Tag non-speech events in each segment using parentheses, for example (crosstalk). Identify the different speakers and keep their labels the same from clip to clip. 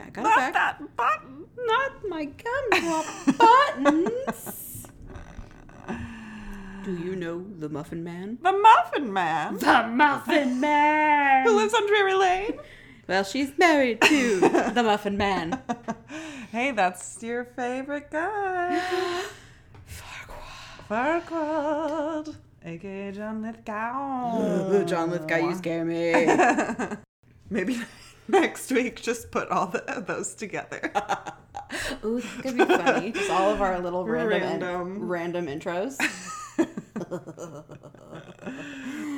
Speaker 1: I got it back.
Speaker 2: that button.
Speaker 1: Not (laughs) my gumdrop buttons. Do you know the Muffin Man?
Speaker 2: (laughs) The Muffin Man.
Speaker 1: The Muffin
Speaker 2: Who
Speaker 1: Man.
Speaker 2: lives on Drury Lane?
Speaker 1: Well, she's married to the Muffin Man.
Speaker 2: (laughs) hey, that's your favorite (gasps) guy. Farquaad. AKA John Lithgow.
Speaker 1: John Lithgow, you scare me.
Speaker 2: Maybe (laughs) next week just put all the, those (laughs) together.
Speaker 1: (laughs) Ooh, that could be funny. Just all of our little random
Speaker 2: Random.
Speaker 1: random, intros.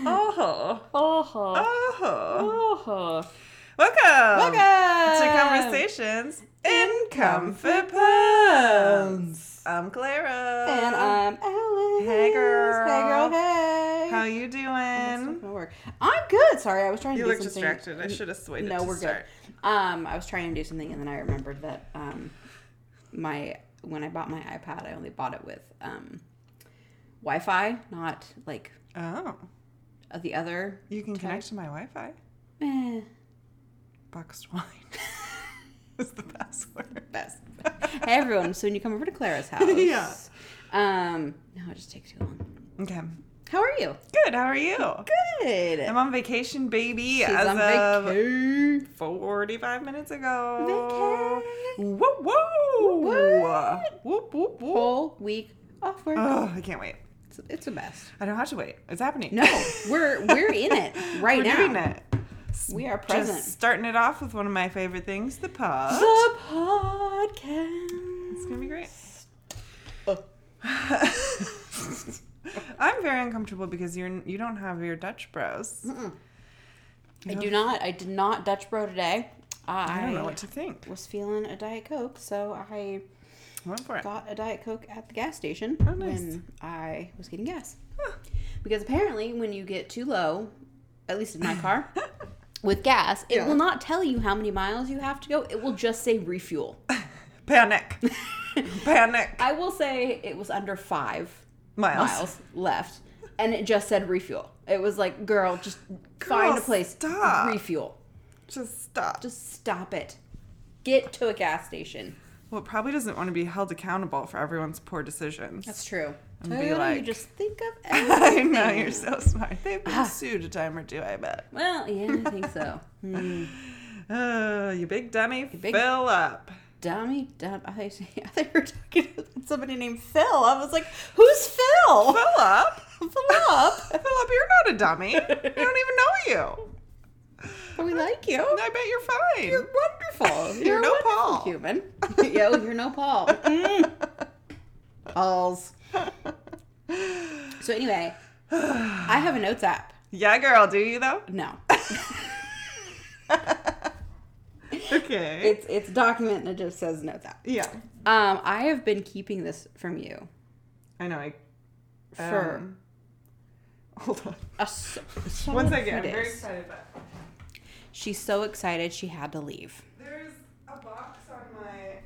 Speaker 2: Oh.
Speaker 1: Oh,
Speaker 2: Oh.
Speaker 1: oh. Um,
Speaker 2: Welcome. To
Speaker 1: Welcome
Speaker 2: Conversations in Comfort Puns. I'm Clara.
Speaker 1: And I'm Alice.
Speaker 2: Hey, girl.
Speaker 1: Hey girl. Hey.
Speaker 2: How you
Speaker 1: That's not
Speaker 2: doing?
Speaker 1: gonna work. I'm good. Sorry, I was trying
Speaker 2: You
Speaker 1: to do
Speaker 2: look
Speaker 1: something.
Speaker 2: distracted. I should have swayed it
Speaker 1: No,
Speaker 2: to
Speaker 1: we're
Speaker 2: start.
Speaker 1: good. Um, I was trying to do something, and then I remembered that um, my when I bought my iPad, I only bought it with um, Wi-Fi, not like
Speaker 2: Oh.
Speaker 1: uh, the other.
Speaker 2: You can connect to my Wi Fi.
Speaker 1: Eh,
Speaker 2: Boxed wine (laughs) is the password. (laughs)
Speaker 1: best. hey everyone! So when you come over to Clara's house,
Speaker 2: Yeah.
Speaker 1: Um, no, it just takes too long.
Speaker 2: Okay.
Speaker 1: How are you?
Speaker 2: Good. How are you?
Speaker 1: Good.
Speaker 2: I'm on vacation, baby.
Speaker 1: She's
Speaker 2: as
Speaker 1: on
Speaker 2: of
Speaker 1: vacation.
Speaker 2: 45 minutes ago.
Speaker 1: Vacay.
Speaker 2: Whoa, whoa.
Speaker 1: What?
Speaker 2: Whoop, whoop, whoop.
Speaker 1: Whole week off work.
Speaker 2: Oh, I can't wait.
Speaker 1: it's, it's the best.
Speaker 2: I don't have to wait. It's happening.
Speaker 1: No, we're we're in
Speaker 2: (laughs)
Speaker 1: it right
Speaker 2: We're
Speaker 1: now.
Speaker 2: doing it.
Speaker 1: We are present.
Speaker 2: Just starting it off with one of my favorite things, the pod.
Speaker 1: The podcast.
Speaker 2: It's gonna be great.
Speaker 1: Oh.
Speaker 2: (laughs) I'm very uncomfortable because you're you don't have your Dutch bros.
Speaker 1: I do not. I did not Dutch bro today. I,
Speaker 2: I don't know what to think.
Speaker 1: was feeling a diet coke, so I
Speaker 2: Went for it.
Speaker 1: got a diet coke at the gas station
Speaker 2: Oh, nice.
Speaker 1: when I was getting gas.
Speaker 2: Huh.
Speaker 1: Because apparently, when you get too low, at least in my
Speaker 2: (laughs)
Speaker 1: car, with gas, it
Speaker 2: Yeah.
Speaker 1: will not tell you how many miles you have to go. It will just say refuel. (laughs)
Speaker 2: Panic. Panic.
Speaker 1: I will say it was under five
Speaker 2: Miles.
Speaker 1: miles left, and it just said refuel. It was like, girl, just find a place,
Speaker 2: stop.
Speaker 1: refuel.
Speaker 2: Just stop.
Speaker 1: Just stop it. Get to a gas station.
Speaker 2: well, it probably doesn't want to be held accountable for everyone's poor decisions. (laughs)
Speaker 1: That's true.
Speaker 2: And be
Speaker 1: Toyota, you
Speaker 2: like-
Speaker 1: just think (laughs) of
Speaker 2: I
Speaker 1: everything.
Speaker 2: know you're so smart. They've
Speaker 1: Ah.
Speaker 2: been sued a time or two, I bet.
Speaker 1: Well, yeah, I think (laughs) so. Hmm.
Speaker 2: Oh, you big dummy,
Speaker 1: big-
Speaker 2: fill up.
Speaker 1: Dummy, dumb. I thought, you said- I thought you were talking to somebody named Phil. I was like, who's Phil?
Speaker 2: Fill up.
Speaker 1: Phil
Speaker 2: (laughs)
Speaker 1: up.
Speaker 2: Philip, you're not
Speaker 1: (laughs)
Speaker 2: a dummy. I don't even know you.
Speaker 1: But we like (laughs) you.
Speaker 2: I bet you're
Speaker 1: (laughs)
Speaker 2: fine.
Speaker 1: You're wonderful.
Speaker 2: You're
Speaker 1: a
Speaker 2: no
Speaker 1: wonderful
Speaker 2: Paul.
Speaker 1: Human. (laughs) Yo, you're no (laughs) Paul. Mm. (laughs) Pauls. So anyway, I have a notes app.
Speaker 2: yeah, girl, do you though?
Speaker 1: No,
Speaker 2: Okay.
Speaker 1: it's it's a document and it just says notes app.
Speaker 2: yeah.
Speaker 1: Um, I have been keeping this from you
Speaker 2: I know. I
Speaker 1: for
Speaker 2: um, (laughs) hold on.
Speaker 1: a s- solid
Speaker 2: One
Speaker 1: few
Speaker 2: second. I'm very
Speaker 1: days.
Speaker 2: excited about it.
Speaker 1: She's so excited she had to leave.
Speaker 2: There's a box on my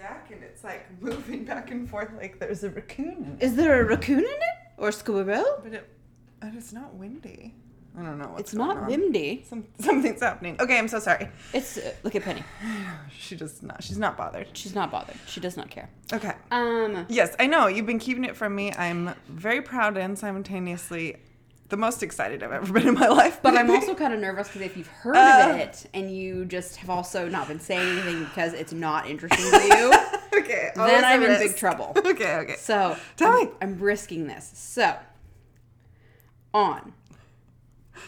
Speaker 2: deck and it's like (laughs) moving back and forth like there's a raccoon in it.
Speaker 1: Is there a raccoon in it or a scuba bill?
Speaker 2: But it and it's not windy. I don't know what's
Speaker 1: It's
Speaker 2: going
Speaker 1: not
Speaker 2: on.
Speaker 1: windy.
Speaker 2: Some, something's happening. Okay, I'm so sorry. (sighs)
Speaker 1: It's uh, look at Penny.
Speaker 2: She just not. She's not bothered.
Speaker 1: She's not bothered. She does not care.
Speaker 2: Okay.
Speaker 1: Um,
Speaker 2: Yes, I know. You've been keeping it from me. I'm very proud and simultaneously the most excited I've ever been in my (laughs) life.
Speaker 1: But I'm also kind of nervous because if you've heard of
Speaker 2: Uh.
Speaker 1: it and you just have also not been saying anything because it's not interesting to you, (laughs)
Speaker 2: okay. always
Speaker 1: then
Speaker 2: a
Speaker 1: I'm in big
Speaker 2: risk.
Speaker 1: trouble.
Speaker 2: (laughs) Okay, okay.
Speaker 1: So
Speaker 2: Tell
Speaker 1: I'm,
Speaker 2: me.
Speaker 1: I'm risking this. So on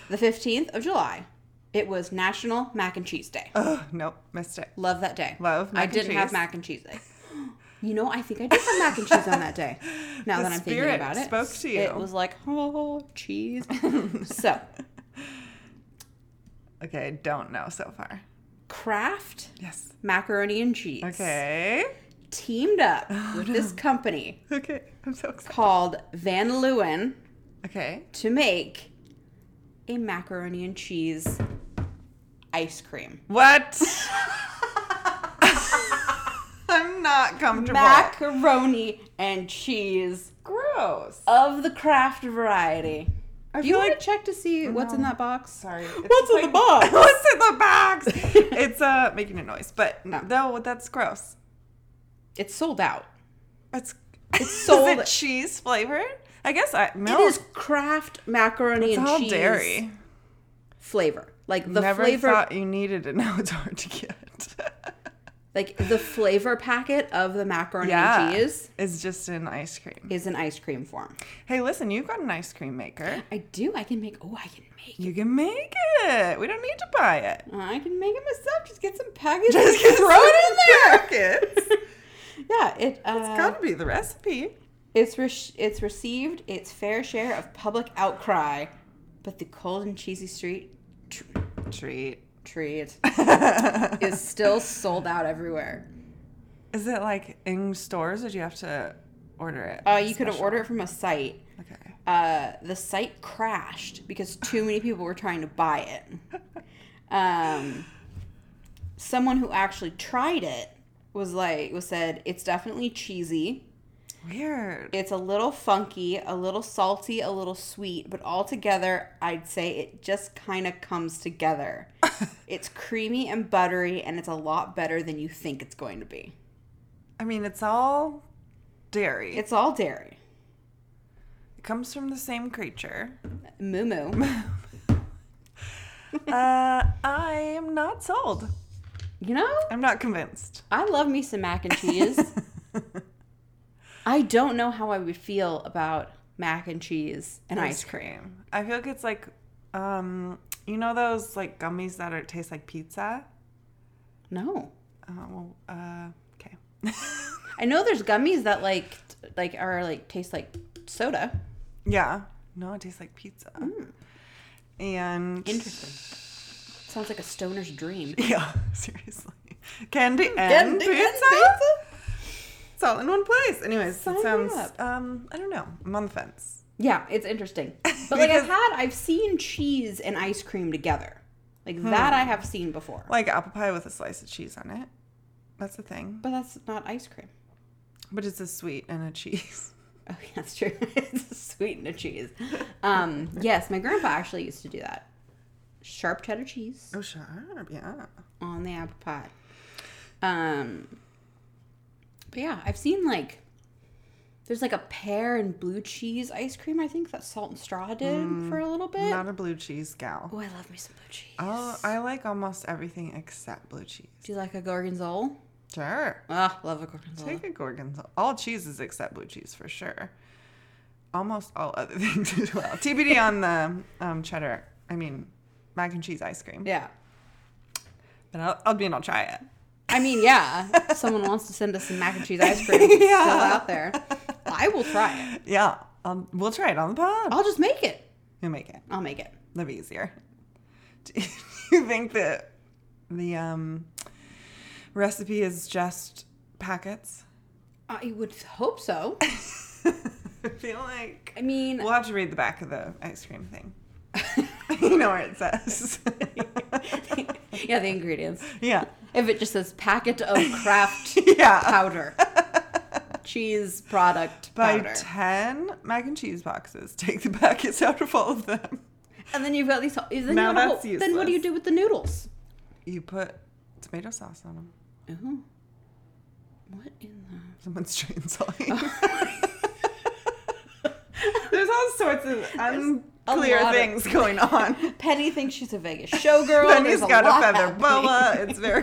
Speaker 1: the 15th of July, it was National Mac and Cheese Day.
Speaker 2: Ugh, nope, missed it.
Speaker 1: Love that day.
Speaker 2: Love
Speaker 1: I
Speaker 2: mac and
Speaker 1: didn't have
Speaker 2: cheese.
Speaker 1: mac and cheese. Day. You know, I think I did have mac and cheese on that day. Now
Speaker 2: (laughs) The
Speaker 1: that I'm thinking
Speaker 2: spirit
Speaker 1: about it,
Speaker 2: spoke to you.
Speaker 1: It was like, oh,
Speaker 2: (laughs)
Speaker 1: cheese. so,
Speaker 2: Okay, I don't know so far.
Speaker 1: Kraft
Speaker 2: Yes.
Speaker 1: macaroni and cheese.
Speaker 2: Okay.
Speaker 1: teamed up
Speaker 2: (sighs)
Speaker 1: with this company
Speaker 2: Okay, I'm so excited.
Speaker 1: called Van Leeuwen
Speaker 2: Okay.
Speaker 1: to make a macaroni and cheese ice cream. (laughs)
Speaker 2: What? I'm not comfortable.
Speaker 1: Macaroni and cheese
Speaker 2: Gross. (laughs)
Speaker 1: of the craft variety.
Speaker 2: I
Speaker 1: Do you
Speaker 2: feel
Speaker 1: want
Speaker 2: like Oh,
Speaker 1: to check to see what's in that box?
Speaker 2: sorry. it's
Speaker 1: What's
Speaker 2: just
Speaker 1: in the
Speaker 2: like- (laughs)
Speaker 1: box?
Speaker 2: What's in the
Speaker 1: (laughs)
Speaker 2: box? it's uh making a noise, but
Speaker 1: No.
Speaker 2: no, no that's gross.
Speaker 1: It's sold out.
Speaker 2: It's
Speaker 1: It's sold-
Speaker 2: (laughs) Is it cheese flavored? I guess I milk.
Speaker 1: It is craft macaroni
Speaker 2: It's
Speaker 1: and
Speaker 2: all
Speaker 1: cheese
Speaker 2: dairy.
Speaker 1: flavor. Like the
Speaker 2: Never
Speaker 1: flavor,
Speaker 2: thought you needed it. Now (laughs) it's hard to get.
Speaker 1: like the flavor packet of the macaroni
Speaker 2: yeah,
Speaker 1: and cheese
Speaker 2: it's just an ice cream.
Speaker 1: is an ice cream form.
Speaker 2: Hey, listen, you've got an ice cream maker.
Speaker 1: I do. I can make. Oh, I can make.
Speaker 2: You can make it. We don't need to buy it.
Speaker 1: I can make it myself. Just get some packages.
Speaker 2: Just
Speaker 1: and
Speaker 2: get
Speaker 1: throw it in there.
Speaker 2: (laughs) Packets.
Speaker 1: (laughs) Yeah, it. Uh,
Speaker 2: It's got to be the recipe.
Speaker 1: It's re- it's received its fair share of public outcry, but the cold and cheesy street tr-
Speaker 2: Treat.
Speaker 1: treat is still sold out everywhere.
Speaker 2: Is it like in stores or do you have to order it?
Speaker 1: Uh, you could have ordered it from a site.
Speaker 2: Okay.
Speaker 1: Uh, the site crashed because too many people were trying to buy it. Um, someone who actually tried it was like was said it's definitely cheesy.
Speaker 2: Weird.
Speaker 1: It's a little funky, a little salty, a little sweet, but all together, I'd say it just kind of comes together. it's creamy and buttery, and it's a lot better than you think it's going to be.
Speaker 2: I mean, it's all dairy.
Speaker 1: It's all dairy.
Speaker 2: it comes from the same creature.
Speaker 1: Moo moo.
Speaker 2: uh, I am not sold.
Speaker 1: You know,
Speaker 2: I'm not convinced.
Speaker 1: I love me some mac and cheese. I don't know how I would feel about mac and cheese and ice cream.
Speaker 2: I feel like it's like, um, you know those like gummies that are taste like pizza.
Speaker 1: No.
Speaker 2: Uh, well, uh, okay. (laughs)
Speaker 1: I know there's gummies that like t- like are like taste like soda.
Speaker 2: yeah. No, it tastes like pizza.
Speaker 1: Mm.
Speaker 2: And
Speaker 1: Interesting. Sounds like a stoner's dream.
Speaker 2: (laughs) Yeah, seriously. Candy and
Speaker 1: Mm, Candy and
Speaker 2: pizza.
Speaker 1: pizza?
Speaker 2: It's all in one place. Anyways,
Speaker 1: Sign
Speaker 2: it
Speaker 1: me
Speaker 2: sounds.
Speaker 1: up.
Speaker 2: Um, I don't know. I'm on the fence.
Speaker 1: Yeah, it's interesting. But like I've
Speaker 2: Because-
Speaker 1: had I've seen cheese and ice cream together. Like that I have seen before.
Speaker 2: Like apple pie with a slice of cheese on it. That's the thing.
Speaker 1: But that's not ice cream. (laughs)
Speaker 2: But it's a sweet and a cheese.
Speaker 1: Oh yeah, that's true. (laughs) it's a sweet and a cheese. Um yes, my grandpa actually used to do that. Sharp cheddar cheese
Speaker 2: Oh, sharp. Yeah.
Speaker 1: on the apple pie. Um But yeah, I've seen like there's like a pear and blue cheese ice cream, I think that Salt and Straw did for a little bit.
Speaker 2: Not a blue cheese gal.
Speaker 1: oh, I love me some blue cheese.
Speaker 2: Oh, I like almost everything except blue cheese.
Speaker 1: Do you like a gorgonzola?
Speaker 2: Sure.
Speaker 1: Ah, love a gorgonzola.
Speaker 2: Take a gorgonzola. All cheeses except blue cheese for sure. Almost all other (laughs) things as well. (laughs) TBD on the um, cheddar. I mean, mac and cheese ice cream.
Speaker 1: Yeah.
Speaker 2: But I'll, I'll be and I'll try it.
Speaker 1: I mean, yeah. Someone wants to send us some mac and cheese ice cream. (laughs) It's still out there. I will try it.
Speaker 2: Yeah, I'll, we'll try it on the pod.
Speaker 1: I'll just make it.
Speaker 2: We'll make it.
Speaker 1: I'll make it.
Speaker 2: That'd be easier. (laughs) Do you think that the um, recipe is just packets?
Speaker 1: I would hope (laughs) so.
Speaker 2: (laughs) I feel like
Speaker 1: I mean,
Speaker 2: we'll have to read the back of the ice cream thing. (laughs) you know where it says.
Speaker 1: (laughs)
Speaker 2: (laughs)
Speaker 1: yeah, the ingredients.
Speaker 2: yeah. (laughs)
Speaker 1: If it just says packet of craft (laughs)
Speaker 2: Yeah.
Speaker 1: powder, cheese product
Speaker 2: Buy
Speaker 1: powder,
Speaker 2: 10 mac and cheese boxes. (laughs) Take the packets out of all of them.
Speaker 1: and then you've got these. Then, you
Speaker 2: Now
Speaker 1: have a whole-
Speaker 2: that's
Speaker 1: then what do you
Speaker 2: useless.
Speaker 1: do with the noodles?
Speaker 2: You put tomato sauce on them.
Speaker 1: Ooh. What in the?
Speaker 2: Someone's (laughs) chainsawing. There's all sorts of
Speaker 1: a
Speaker 2: unclear (laughs)
Speaker 1: lot of-
Speaker 2: things going on.
Speaker 1: Penny thinks she's a (laughs) Vegas showgirl.
Speaker 2: Then
Speaker 1: There's
Speaker 2: he's
Speaker 1: a
Speaker 2: got a
Speaker 1: lot
Speaker 2: feather
Speaker 1: happening.
Speaker 2: boa. It's (laughs) very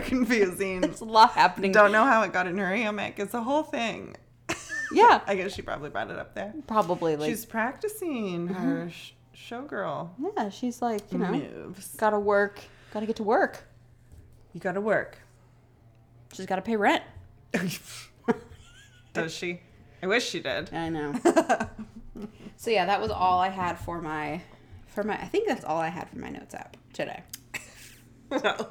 Speaker 1: (laughs)
Speaker 2: confusing.
Speaker 1: There's a lot happening.
Speaker 2: Don't know how it got in her hammock. It's a whole thing.
Speaker 1: Yeah.
Speaker 2: I guess she probably brought it up there.
Speaker 1: Probably like
Speaker 2: She's practicing her sh- showgirl
Speaker 1: yeah, she's like you know,
Speaker 2: moves.
Speaker 1: gotta work, gotta get to work.
Speaker 2: You gotta work.
Speaker 1: She's gotta pay rent.
Speaker 2: Does she? I wish she did. (laughs)
Speaker 1: I (laughs) know. so yeah, that was all I had for my, for my. I think that's all I had for my notes app today.
Speaker 2: Well,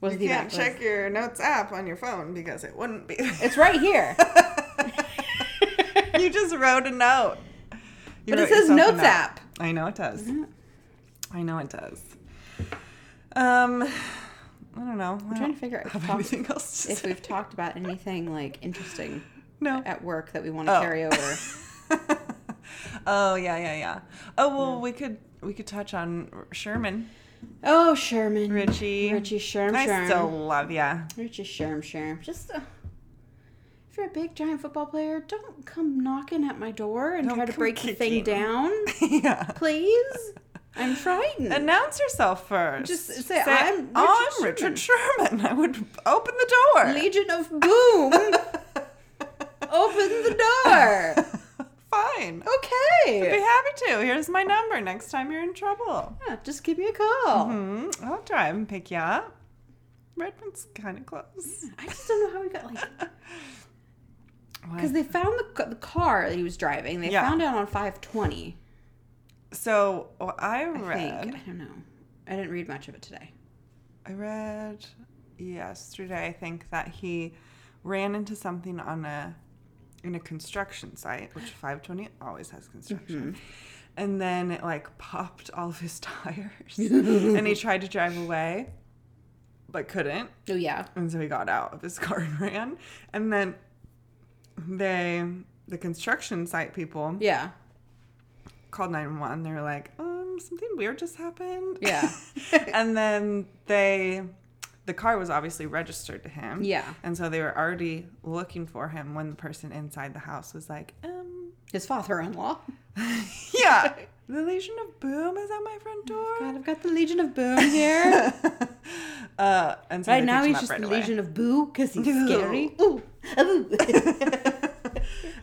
Speaker 1: Was
Speaker 2: you
Speaker 1: the
Speaker 2: can't
Speaker 1: was-
Speaker 2: check your notes app on your phone because it wouldn't
Speaker 1: (laughs)
Speaker 2: be. (laughs)
Speaker 1: It's right here.
Speaker 2: you just wrote a note. You
Speaker 1: But it
Speaker 2: wrote
Speaker 1: says
Speaker 2: yourself a
Speaker 1: notes
Speaker 2: note.
Speaker 1: app.
Speaker 2: I know it does. I know it does. Um, I don't know. I'm
Speaker 1: trying to figure out if
Speaker 2: have
Speaker 1: we've talked-
Speaker 2: anything else to
Speaker 1: If
Speaker 2: say.
Speaker 1: we've talked about (laughs) anything like interesting
Speaker 2: No. (laughs)
Speaker 1: (laughs) at work that we want to
Speaker 2: Oh.
Speaker 1: carry over,
Speaker 2: I Oh yeah, yeah, yeah. Oh well, we could we could touch on Sherman
Speaker 1: Oh, Sherman.
Speaker 2: Richie.
Speaker 1: Richie Sherm
Speaker 2: I
Speaker 1: Sherm.
Speaker 2: still love ya. (laughs)
Speaker 1: Richie Sherm Sherm. Just uh, if you're a big giant football player, don't come knocking at my door and
Speaker 2: Don't
Speaker 1: try to
Speaker 2: come
Speaker 1: break the thing
Speaker 2: kicking.
Speaker 1: down,
Speaker 2: yeah.
Speaker 1: please. I'm frightened.
Speaker 2: Announce yourself first.
Speaker 1: Just say, "I'm
Speaker 2: "Oh, I'm
Speaker 1: Richard
Speaker 2: Richard Sherman. I would open the door. (laughs)
Speaker 1: Legion of Boom. Open the door.
Speaker 2: (laughs) Fine. I'd be
Speaker 1: Okay.
Speaker 2: happy to. Here's my number next time you're in trouble.
Speaker 1: Yeah, just give me a call.
Speaker 2: Hmm, I'll drive and pick you up. Redmond's kind of close.
Speaker 1: I just don't know how we got like because they
Speaker 2: Why?
Speaker 1: found the, ca- the car that he was driving. They
Speaker 2: Yeah.
Speaker 1: found it on 520.
Speaker 2: So well, I
Speaker 1: I think.
Speaker 2: read.
Speaker 1: I don't know. I didn't read much of it today.
Speaker 2: I read yesterday. I think that he ran into something on a in a construction site, which 520 always has construction. And then it like popped all of his (laughs) tires, and he tried to drive away, but couldn't.
Speaker 1: Oh yeah.
Speaker 2: And so he got out of his (laughs) car and ran. And then they, the construction site people,
Speaker 1: Yeah.
Speaker 2: called 911. They were like, um, something weird just happened.
Speaker 1: Yeah.
Speaker 2: (laughs)
Speaker 1: (laughs)
Speaker 2: and then they, the car was obviously registered to him.
Speaker 1: Yeah.
Speaker 2: And so they were already looking for him when the person inside the house was like,
Speaker 1: (laughs)
Speaker 2: um,
Speaker 1: His father-in-law.
Speaker 2: yeah, the Legion of Boom is at my front door.
Speaker 1: God, I've got the Legion of Boom here.
Speaker 2: Uh, and so
Speaker 1: right
Speaker 2: they
Speaker 1: now,
Speaker 2: picked him
Speaker 1: he's
Speaker 2: up
Speaker 1: just
Speaker 2: right
Speaker 1: the
Speaker 2: away.
Speaker 1: Legion of Boo because he's
Speaker 2: Ew.
Speaker 1: scary. Ooh. Ooh.
Speaker 2: (laughs)
Speaker 1: (laughs)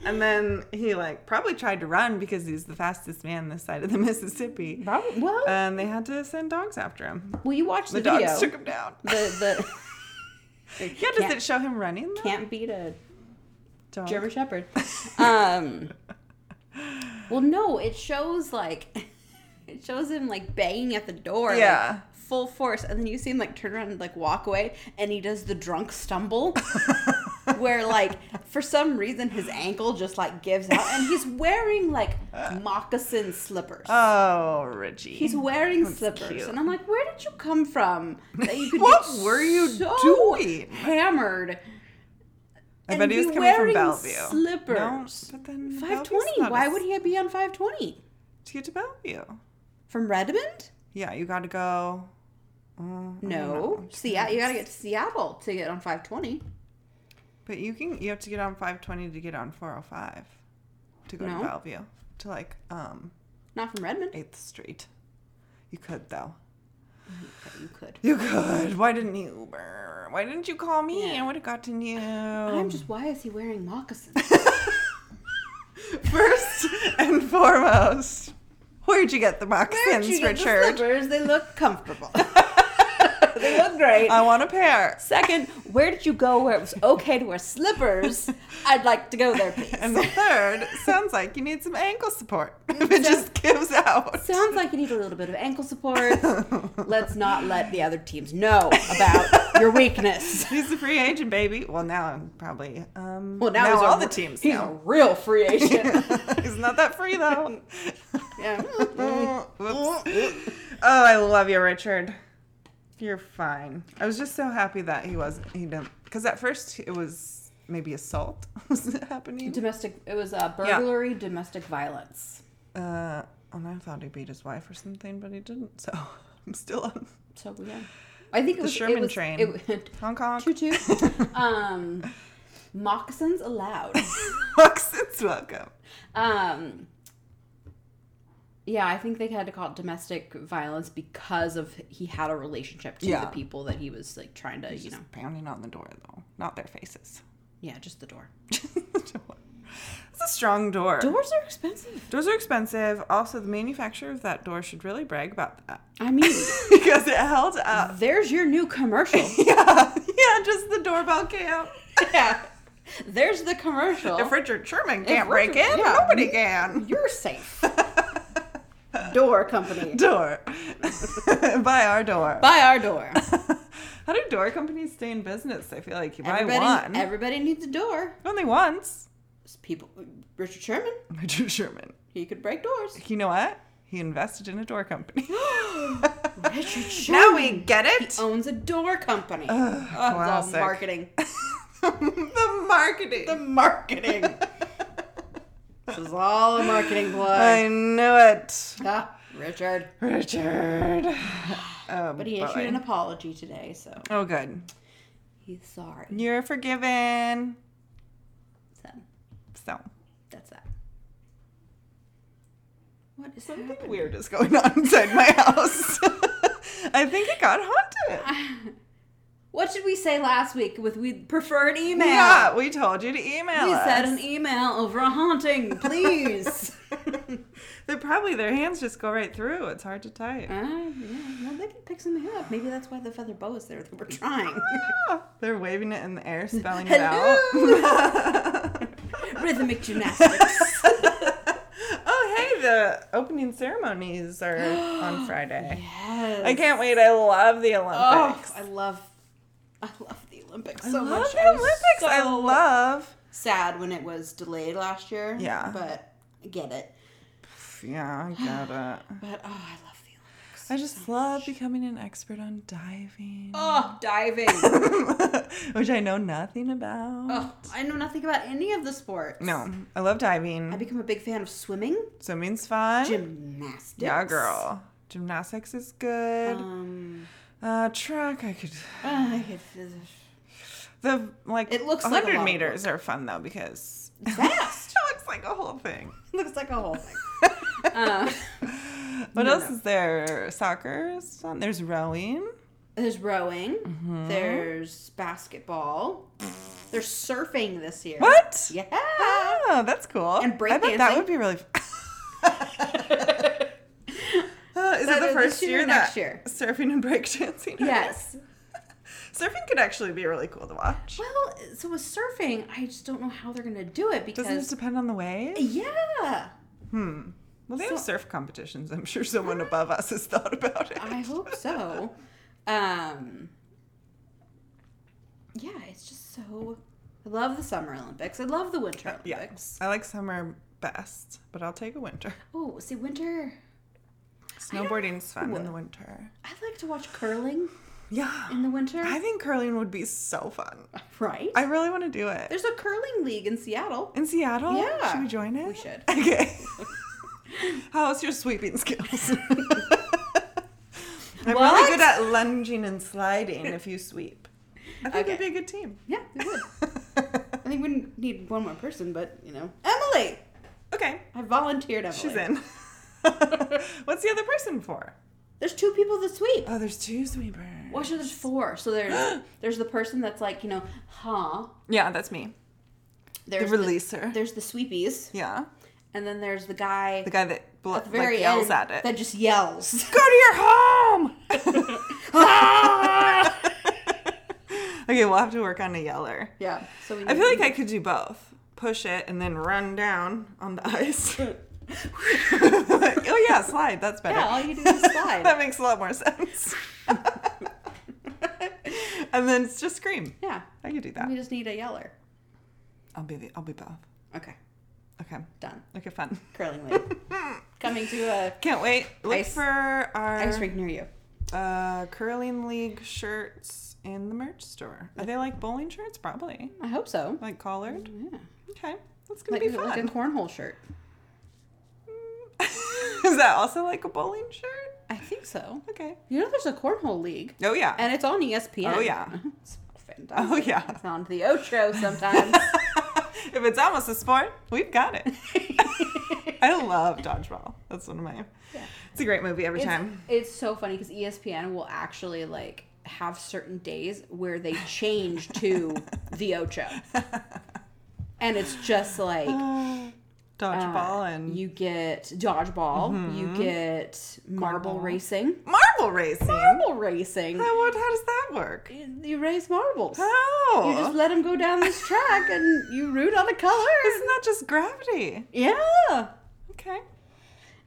Speaker 2: and then he like probably tried to run because he's the fastest man this side of the (laughs) Mississippi.
Speaker 1: Probably- well-
Speaker 2: and they had to send dogs after him.
Speaker 1: Will you watch the,
Speaker 2: The dogs
Speaker 1: video?
Speaker 2: took him down.
Speaker 1: The (laughs) the.
Speaker 2: Yeah, does it show him running? though?
Speaker 1: can't beat a
Speaker 2: Dog. (laughs)
Speaker 1: German Shepherd. Um, well, no, it shows like (laughs) it shows him like banging at the door, like,
Speaker 2: Yeah.
Speaker 1: full force, and then you see him like turn around and like walk away, and he does the drunk
Speaker 2: (laughs)
Speaker 1: stumble, where like for some reason his ankle just like gives out, and he's wearing
Speaker 2: (laughs)
Speaker 1: like moccasin slippers.
Speaker 2: Oh, Richie.
Speaker 1: He's wearing
Speaker 2: That's
Speaker 1: slippers,
Speaker 2: cute.
Speaker 1: and I'm like, "Where did you come from? That
Speaker 2: (laughs)
Speaker 1: you could
Speaker 2: What
Speaker 1: get
Speaker 2: were you
Speaker 1: so
Speaker 2: doing?
Speaker 1: Hammered.
Speaker 2: I
Speaker 1: and
Speaker 2: bet he was
Speaker 1: be
Speaker 2: coming from
Speaker 1: wearing
Speaker 2: Bellevue. No,
Speaker 1: Slippers.
Speaker 2: but then
Speaker 1: Five
Speaker 2: Bellevue's
Speaker 1: twenty.
Speaker 2: not
Speaker 1: Why
Speaker 2: as-
Speaker 1: would he be on five twenty
Speaker 2: to get to Bellevue?
Speaker 1: from Redmond?
Speaker 2: Yeah, you got to go. Mm, I don't
Speaker 1: No,
Speaker 2: know.
Speaker 1: Seattle. You gotta get to Seattle to get on five twenty.
Speaker 2: But you can you have to get on 520 to get on 405 to go
Speaker 1: No.
Speaker 2: to Bellevue to like um
Speaker 1: Not from Redmond.
Speaker 2: 8th Street. You could though.
Speaker 1: Okay, you could.
Speaker 2: You could. Why didn't you Uber? Why didn't you call me?
Speaker 1: Yeah.
Speaker 2: I would have gotten you. Um,
Speaker 1: I'm just. Why is he wearing moccasins?
Speaker 2: (laughs) first and foremost. Where'd you get the
Speaker 1: Where'd you
Speaker 2: moccasins,
Speaker 1: get the
Speaker 2: Richard?
Speaker 1: slippers? They look comfortable.
Speaker 2: (laughs)
Speaker 1: (laughs) they look great.
Speaker 2: I want a pair.
Speaker 1: Second, where did you go where it was okay to wear
Speaker 2: (laughs)
Speaker 1: slippers? I'd like to go there, please.
Speaker 2: And the third sounds like you need some ankle support. (laughs) If it just gives out.
Speaker 1: Sounds like you need a little bit of ankle
Speaker 2: (laughs)
Speaker 1: support. Let's not let the other teams know about your
Speaker 2: (laughs)
Speaker 1: weakness.
Speaker 2: He's a free agent, baby. Well, now I'm probably. Um,
Speaker 1: Well, now,
Speaker 2: now
Speaker 1: he's a
Speaker 2: all
Speaker 1: re-
Speaker 2: the teams
Speaker 1: He's
Speaker 2: know.
Speaker 1: a real free agent.
Speaker 2: (laughs) He's not that free (laughs) though.
Speaker 1: yeah.
Speaker 2: Whoops. oh, I love you, Richard. You're fine. I was just so happy that he wasn't. He didn't. Because at first it was maybe assault (laughs) was happening.
Speaker 1: Domestic. It was a burglary, domestic violence.
Speaker 2: Uh, and I thought he beat his wife or something, but he didn't. So (laughs) I'm still on
Speaker 1: So yeah, I think it
Speaker 2: the
Speaker 1: was
Speaker 2: Sherman
Speaker 1: it was,
Speaker 2: train.
Speaker 1: It,
Speaker 2: Hong
Speaker 1: (laughs)
Speaker 2: Kong. (laughs)
Speaker 1: choo choo. Um, moccasins allowed.
Speaker 2: Moccasins welcome.
Speaker 1: Um, yeah, I think they had to call it domestic violence because of he had a relationship to
Speaker 2: Yeah.
Speaker 1: the people that he was like trying to, you know,
Speaker 2: Pounding on the door though, not their faces. (laughs)
Speaker 1: yeah, just the door.
Speaker 2: it's a strong door.
Speaker 1: Doors are expensive.
Speaker 2: Doors are expensive. Also, the manufacturer of that door should really brag about that (laughs)
Speaker 1: I mean,
Speaker 2: because it held up. (laughs)
Speaker 1: there's your new commercial.
Speaker 2: Yeah, yeah, just the doorbell cam.
Speaker 1: (laughs) yeah, there's the commercial.
Speaker 2: If Richard Sherman can't break
Speaker 1: Oh. Richard-
Speaker 2: in,
Speaker 1: yeah.
Speaker 2: nobody can.
Speaker 1: You're safe. door company.
Speaker 2: Door. (laughs) buy our door. (laughs)
Speaker 1: Buy our door.
Speaker 2: How do door companies stay in business? I feel like you buy
Speaker 1: Everybody,
Speaker 2: one.
Speaker 1: everybody needs a door.
Speaker 2: Only once.
Speaker 1: People, Richard Sherman,
Speaker 2: Richard Sherman.
Speaker 1: he could break doors.
Speaker 2: You know what? He invested in a
Speaker 1: (gasps)
Speaker 2: door company. (laughs)
Speaker 1: Richard Sherman.
Speaker 2: now we get it.
Speaker 1: owns a door company. Ugh, it's all
Speaker 2: classic. (laughs)
Speaker 1: marketing. (laughs)
Speaker 2: the marketing.
Speaker 1: marketing. This is all a marketing ploy.
Speaker 2: I knew it.
Speaker 1: Ah, Richard.
Speaker 2: Richard. Oh,
Speaker 1: But he
Speaker 2: boy.
Speaker 1: issued an apology today, so
Speaker 2: Oh, good.
Speaker 1: he's sorry.
Speaker 2: You're forgiven.
Speaker 1: So
Speaker 2: So,
Speaker 1: that's that. What is
Speaker 2: something
Speaker 1: happening?
Speaker 2: weird is going on inside my house. (laughs) I think it got haunted.
Speaker 1: (laughs) What did we say last week? With we prefer an email.
Speaker 2: Yeah, we told you to email
Speaker 1: We
Speaker 2: us. (laughs)
Speaker 1: said an email over a haunting, (laughs) please.
Speaker 2: They're probably their hands just go right through. It's hard to type.
Speaker 1: Uh, yeah, well, they can pick something up. Maybe that's why the feather bow is there that we're (laughs) trying. Uh.
Speaker 2: Ah, (laughs) They're waving it in the air, spelling it out.
Speaker 1: Hello. (laughs)
Speaker 2: (laughs)
Speaker 1: Rhythmic gymnastics.
Speaker 2: oh, hey, the opening ceremonies are
Speaker 1: (gasps)
Speaker 2: on Friday.
Speaker 1: Yes.
Speaker 2: I can't wait. I love the
Speaker 1: Oh,
Speaker 2: Olympics.
Speaker 1: I love, I love the Olympics
Speaker 2: I
Speaker 1: so
Speaker 2: love
Speaker 1: much.
Speaker 2: the
Speaker 1: I was
Speaker 2: Olympics. I
Speaker 1: so (sighs)
Speaker 2: love.
Speaker 1: sad when it was delayed last year.
Speaker 2: Yeah.
Speaker 1: but I get it.
Speaker 2: Yeah, I (sighs) got it.
Speaker 1: But oh, I love the Olympics.
Speaker 2: I just love becoming an expert on diving,
Speaker 1: (laughs) Oh, diving.
Speaker 2: (laughs) which I know nothing about.
Speaker 1: oh, I know nothing about any of the sports.
Speaker 2: No, I love
Speaker 1: I
Speaker 2: diving.
Speaker 1: become a big fan of swimming,
Speaker 2: Swimming's fun.
Speaker 1: gymnastics.
Speaker 2: yeah, girl. Gymnastics is good.
Speaker 1: Um,
Speaker 2: uh, track, I could.
Speaker 1: Ah, I could,
Speaker 2: The like
Speaker 1: It looks like a
Speaker 2: 100
Speaker 1: lot of
Speaker 2: meters are fun though because (laughs)
Speaker 1: It's fast.
Speaker 2: it looks like a whole thing.
Speaker 1: (laughs) looks like a whole
Speaker 2: (laughs)
Speaker 1: thing. (laughs) Uh,
Speaker 2: What
Speaker 1: No,
Speaker 2: else
Speaker 1: no.
Speaker 2: is there? Soccer. is fun. There's rowing.
Speaker 1: There's rowing.
Speaker 2: Mm-hmm.
Speaker 1: There's basketball. There's surfing this year.
Speaker 2: What?
Speaker 1: Yeah.
Speaker 2: (laughs) Oh, that's cool.
Speaker 1: And break
Speaker 2: I bet that
Speaker 1: dancing.
Speaker 2: would be really. F- (laughs) Uh, is it
Speaker 1: Either
Speaker 2: the
Speaker 1: this
Speaker 2: first
Speaker 1: year or
Speaker 2: year,
Speaker 1: next
Speaker 2: that
Speaker 1: year.
Speaker 2: surfing and breakdancing? are?
Speaker 1: Yes.
Speaker 2: Surfing could actually be really cool to watch.
Speaker 1: Well, so with surfing, I just don't know how they're gonna do it because
Speaker 2: Doesn't it depend on the wave?
Speaker 1: yeah,
Speaker 2: Hmm. Well, they have
Speaker 1: So-
Speaker 2: surf competitions. I'm sure someone above us has thought about it.
Speaker 1: I hope so. Um, yeah, it's just so. I love the Summer Olympics. I love the Winter
Speaker 2: Uh, Yeah.
Speaker 1: Olympics.
Speaker 2: I like summer best, but I'll take
Speaker 1: (laughs)
Speaker 2: a winter.
Speaker 1: Oh, see, winter.
Speaker 2: Snowboarding's fun in
Speaker 1: know.
Speaker 2: the winter.
Speaker 1: I like to watch curling
Speaker 2: Yeah.
Speaker 1: in the winter.
Speaker 2: I think curling would be so fun.
Speaker 1: right?
Speaker 2: I really want to do it.
Speaker 1: There's a curling league in Seattle.
Speaker 2: In Seattle?
Speaker 1: Yeah.
Speaker 2: Should we join it?
Speaker 1: We should.
Speaker 2: (laughs) Okay. How's your sweeping skills? (laughs) I'm
Speaker 1: What?
Speaker 2: really good at lunging and sliding if you sweep. I think we'd
Speaker 1: Okay.
Speaker 2: be a good team.
Speaker 1: Yeah, we would. I think we need one more person, but you know, Emily.
Speaker 2: (laughs) okay,
Speaker 1: I volunteered Emily.
Speaker 2: she's in. (laughs) What's the other person for?
Speaker 1: There's two people that sweep.
Speaker 2: Oh, there's two sweepers.
Speaker 1: Well, sure, there's four. So
Speaker 2: (gasps)
Speaker 1: there's there's the person that's like you know, huh.
Speaker 2: Yeah, that's me.
Speaker 1: There's
Speaker 2: the releaser.
Speaker 1: there's the sweepies,
Speaker 2: yeah.
Speaker 1: and then there's the guy
Speaker 2: The guy that bl-
Speaker 1: at the very
Speaker 2: like, yells
Speaker 1: end
Speaker 2: at it.
Speaker 1: that just yells. (laughs)
Speaker 2: Go to your home! (laughs) okay, we'll have to work on a yeller.
Speaker 1: yeah. So we
Speaker 2: I feel like I could do both. Push it and then run down on the ice. (laughs) oh yeah, slide. That's better.
Speaker 1: yeah, all you do is
Speaker 2: (laughs) that
Speaker 1: slide.
Speaker 2: makes a lot more sense. (laughs) and then it's just scream.
Speaker 1: yeah,
Speaker 2: I could do
Speaker 1: we
Speaker 2: that.
Speaker 1: just need a yeller.
Speaker 2: I'll be the, I'll be both.
Speaker 1: Okay,
Speaker 2: Okay.
Speaker 1: done.
Speaker 2: Okay, fun.
Speaker 1: Curling
Speaker 2: (laughs)
Speaker 1: league coming to a
Speaker 2: Can't wait. Look
Speaker 1: Ice-
Speaker 2: for our
Speaker 1: ice rink near you.
Speaker 2: uh, curling league shirts in the merch store. Are they like bowling shirts? Probably.
Speaker 1: I hope so.
Speaker 2: Like collared.
Speaker 1: Yeah,
Speaker 2: Okay, that's gonna
Speaker 1: like,
Speaker 2: be
Speaker 1: like a
Speaker 2: fun.
Speaker 1: cornhole shirt.
Speaker 2: (laughs) Is that also like a bowling shirt?
Speaker 1: I think so.
Speaker 2: Okay.
Speaker 1: You know, there's a cornhole league,
Speaker 2: Oh yeah.
Speaker 1: and it's on E ESPN.
Speaker 2: Oh, yeah.
Speaker 1: (laughs) it's fantastic.
Speaker 2: Oh yeah.
Speaker 1: It's on the Ocho
Speaker 2: (laughs)
Speaker 1: sometimes.
Speaker 2: if it's almost a sport, we've got it. (laughs) I love dodgeball. That's one of my.
Speaker 1: Yeah.
Speaker 2: It's a great movie every
Speaker 1: it's,
Speaker 2: time.
Speaker 1: it's so funny E because ESPN will actually like have certain days where they change
Speaker 2: (laughs)
Speaker 1: to the Ocho, and it's just like
Speaker 2: Um,
Speaker 1: uh,
Speaker 2: Dodgeball and
Speaker 1: you get dodgeball,
Speaker 2: mm-hmm.
Speaker 1: you get marble racing,
Speaker 2: marble racing.
Speaker 1: marble racing.
Speaker 2: How, what, how does that work?
Speaker 1: You you raise marbles.
Speaker 2: How?
Speaker 1: You just let them go down this track, and you root on a color.
Speaker 2: (laughs) Isn't that just gravity?
Speaker 1: Yeah.
Speaker 2: Okay.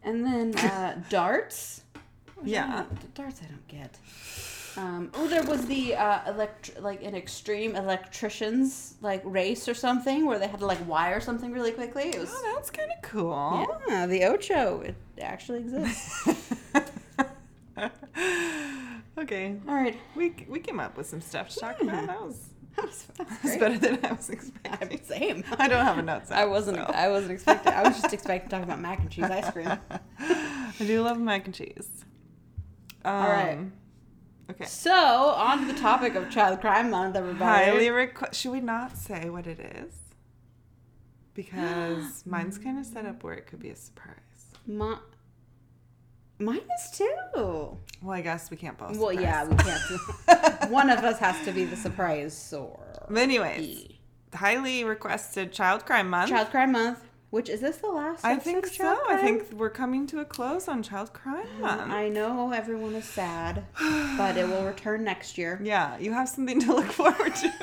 Speaker 1: And then
Speaker 2: (laughs)
Speaker 1: uh, darts.
Speaker 2: Yeah.
Speaker 1: D- darts I don't get. Um, oh, there was the uh, elect like an extreme electricians like race or something where they had to like wire something really quickly. It was
Speaker 2: Oh, that's kind of cool.
Speaker 1: yeah, the Ocho. It actually (laughs) exists.
Speaker 2: okay.
Speaker 1: All right,
Speaker 2: (laughs)
Speaker 1: Hmm.
Speaker 2: We, we came up with some stuff to talk about. That was
Speaker 1: That was fucking
Speaker 2: It's
Speaker 1: great. (laughs)
Speaker 2: better than I was expecting.
Speaker 1: Same.
Speaker 2: I don't have a nut sack.
Speaker 1: I wasn't.
Speaker 2: so.
Speaker 1: I wasn't expecting. I was just expecting to talk about mac and cheese ice
Speaker 2: (laughs)
Speaker 1: cream.
Speaker 2: I do love mac and cheese. Um, All
Speaker 1: right.
Speaker 2: Okay.
Speaker 1: So on to the topic of Child Crime Month, everybody.
Speaker 2: Highly request. Should we not say what it is?
Speaker 1: (gasps)
Speaker 2: Because mine's kind of set up where it could be a surprise.
Speaker 1: Mi- mine is too.
Speaker 2: Well, I guess we can't both.
Speaker 1: Well, yeah, we can't.
Speaker 2: (laughs)
Speaker 1: do- One of us has to be the surprise sore.
Speaker 2: But anyways, highly requested Child Crime Month.
Speaker 1: Child Crime Month, which is this the last?
Speaker 2: I
Speaker 1: episode
Speaker 2: think
Speaker 1: of
Speaker 2: so.
Speaker 1: Child
Speaker 2: I
Speaker 1: Crime?
Speaker 2: think we're coming to a close on Child Crime Month.
Speaker 1: I know everyone is
Speaker 2: (sighs)
Speaker 1: sad, but it will return next year.
Speaker 2: (laughs) yeah, you have something to look (laughs) forward to.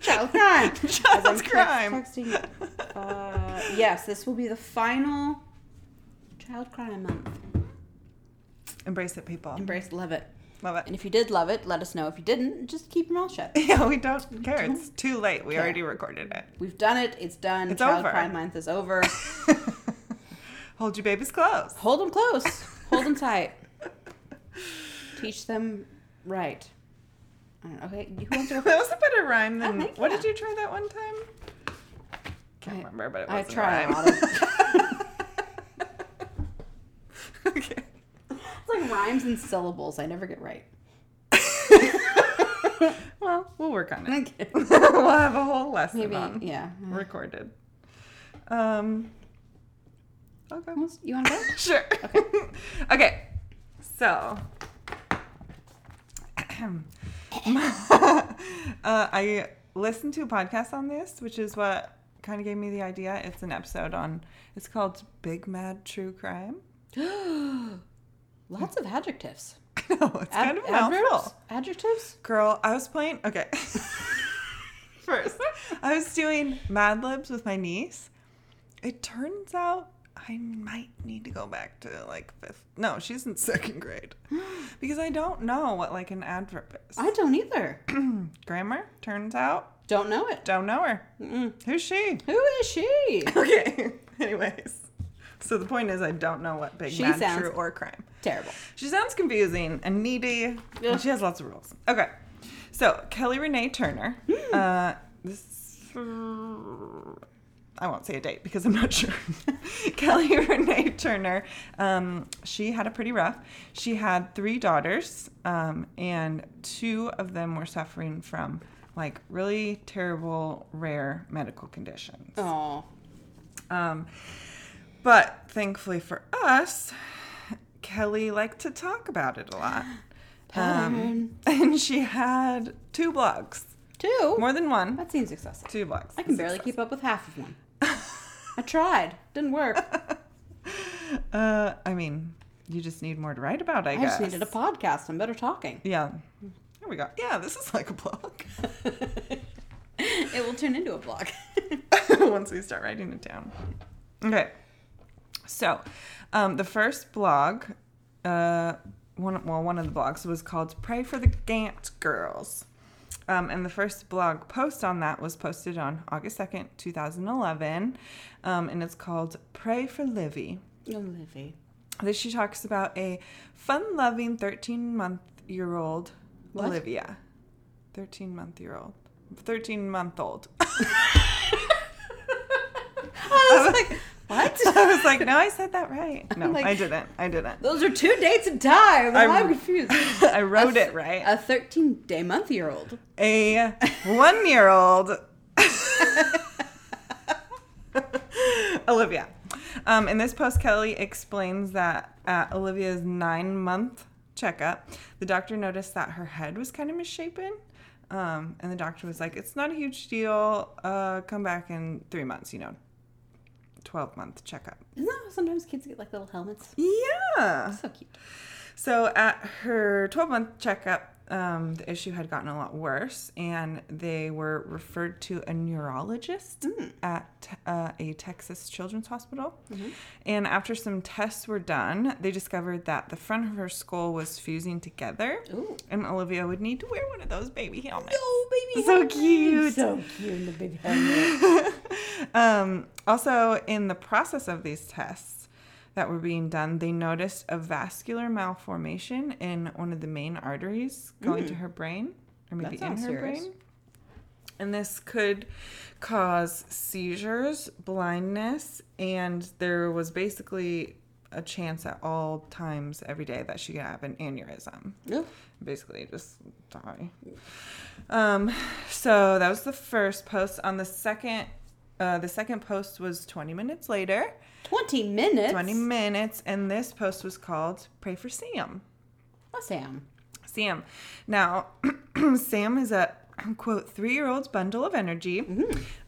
Speaker 1: Child crime.
Speaker 2: Child
Speaker 1: As I'm text-
Speaker 2: crime.
Speaker 1: texting you. Uh, yes, this will be the final child crime month.
Speaker 2: (laughs) Embrace it, people.
Speaker 1: Embrace, love it.
Speaker 2: Love it.
Speaker 1: (laughs) And if you did love it, let us know. If you didn't, just keep your mouth
Speaker 2: (laughs)
Speaker 1: shut.
Speaker 2: Yeah, we don't care. It's too late. We
Speaker 1: care.
Speaker 2: already recorded it.
Speaker 1: We've done it. It's done.
Speaker 2: It's
Speaker 1: child
Speaker 2: over.
Speaker 1: crime month is
Speaker 2: (laughs)
Speaker 1: over.
Speaker 2: Hold your babies close.
Speaker 1: Hold them close. Hold them tight. Teach them right. I don't know. Okay, who wants to go
Speaker 2: (laughs) That
Speaker 1: first?
Speaker 2: was a better rhyme than.
Speaker 1: think,
Speaker 2: what
Speaker 1: yeah.
Speaker 2: did you try that one time? Can't
Speaker 1: I-
Speaker 2: remember, but it was
Speaker 1: I try a lot
Speaker 2: (laughs) okay.
Speaker 1: It's like rhymes and syllables. I never get right.
Speaker 2: Well, we'll
Speaker 1: (laughs)
Speaker 2: work on it. (laughs)
Speaker 1: Okay.
Speaker 2: we'll have a whole lesson
Speaker 1: Maybe,
Speaker 2: on
Speaker 1: yeah.
Speaker 2: recorded. Um. Okay.
Speaker 1: You want to go?
Speaker 2: (laughs) Sure. Okay. okay. So, (clears throat) uh, I listened to a podcast on this, which is what kind of gave me the idea. It's an episode on. It's called Big Mad True Crime. (laughs)
Speaker 1: (gasps) Lots of adjectives.
Speaker 2: no, it's kind of a mouthful.
Speaker 1: Adjectives?
Speaker 2: Girl, I was playing.
Speaker 1: (laughs)
Speaker 2: Okay. First, I was doing Mad Libs with my niece. It turns out I might need to go back to like fifth. No, she's in
Speaker 1: (gasps)
Speaker 2: second grade because I don't know what like an adverb is.
Speaker 1: I don't either.
Speaker 2: (clears throat) Grammar. Turns out,
Speaker 1: Don't know it.
Speaker 2: don't know her.
Speaker 1: Mm-mm.
Speaker 2: Who's she? (laughs)
Speaker 1: Who is she?
Speaker 2: Okay. (laughs) Anyways, so the point is, I don't know what big
Speaker 1: She
Speaker 2: mad
Speaker 1: sounds-
Speaker 2: true or crime.
Speaker 1: Terrible.
Speaker 2: She sounds confusing and needy.
Speaker 1: Yeah.
Speaker 2: And she has lots of rules. Okay. So, Kelly Renee Turner. Uh, this. I won't say a date because I'm not (laughs) sure. Kelly Renee Turner, um, she had a pretty rough. She had three daughters, um, and two of them were suffering from like really terrible, rare medical conditions.
Speaker 1: Oh,
Speaker 2: Um, but thankfully for us, Kelly liked to talk about it a lot. Um, and she had two blogs,
Speaker 1: two.
Speaker 2: more than one,
Speaker 1: That seems excessive.
Speaker 2: two blogs.
Speaker 1: I can barely keep up with half of one. I tried. Didn't
Speaker 2: (laughs)
Speaker 1: work.
Speaker 2: Uh, I mean, you just need more to write about, I,
Speaker 1: I
Speaker 2: guess.
Speaker 1: just needed a podcast. I'm better talking. (laughs)
Speaker 2: yeah. There we go. Yeah, this is like a blog.
Speaker 1: It will turn into a (laughs) blog.
Speaker 2: (laughs) once we start writing it down. Okay. So, um, the first blog, uh, one, well, one of the blogs was called Pray for the Gant Girls. Um, and the first blog post on that was posted on August 2nd, 2011. Um, and it's called Pray for Livy.
Speaker 1: No, Livy.
Speaker 2: This she talks about a fun loving 13 month year old
Speaker 1: What?
Speaker 2: Olivia. 13 month year old. 13 month old.
Speaker 1: I was like, what?
Speaker 2: (laughs)
Speaker 1: (laughs)
Speaker 2: I was like, no, I said that right. No,
Speaker 1: like-
Speaker 2: I didn't.
Speaker 1: (laughs)
Speaker 2: I didn't.
Speaker 1: Those are two dates and time.
Speaker 2: I-
Speaker 1: I'm, confused. (laughs)
Speaker 2: I wrote it right.
Speaker 1: A 13 day month year old.
Speaker 2: A one year old (laughs) Olivia. Um, in this post, Kelly explains that at Olivia's nine month checkup, the doctor noticed that her head was kind of misshapen. Um, and the doctor was like, it's not a huge deal. Uh, come back in three months, you know, 12 month checkup.
Speaker 1: Isn't that how sometimes kids get like little helmets?
Speaker 2: Yeah.
Speaker 1: So cute.
Speaker 2: So at her 12 month checkup, um, the issue had gotten a lot worse, and they were referred to a neurologist at uh, a Texas children's hospital. And after some tests were done, they discovered that the front of her skull was fusing together,
Speaker 1: Ooh.
Speaker 2: and Olivia would need to wear one of those baby helmets.
Speaker 1: Oh, baby.
Speaker 2: So
Speaker 1: helmet.
Speaker 2: cute.
Speaker 1: So cute in the baby helmet.
Speaker 2: Um, also, in the process of these tests that were being done, they noticed a vascular malformation in one of the main arteries going to her brain, or maybe in her
Speaker 1: sounds serious.
Speaker 2: brain. And this could cause seizures, blindness, and there was basically a chance at all times every day that she could have an aneurysm.
Speaker 1: Ooh.
Speaker 2: Basically, just die. Um, so that was the first post. On the second, uh, the second post was 20 minutes later.
Speaker 1: 20 minutes.
Speaker 2: 20 minutes, and this post was called "Pray for Sam."
Speaker 1: Oh, Sam.
Speaker 2: Sam. Now, (clears throat) Sam is a (clears throat) quote three year old bundle of energy.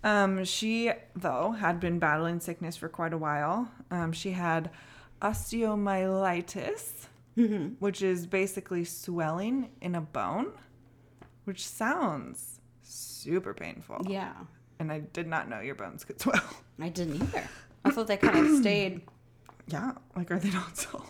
Speaker 2: Um, she, though, had been battling sickness for quite a while. Um, she had osteomyelitis, which is basically swelling in a bone, which sounds super painful.
Speaker 1: Yeah.
Speaker 2: And I did not know your bones could swell.
Speaker 1: I didn't either. I thought they kind of stayed
Speaker 2: (laughs) yeah, like are they not (laughs) solid?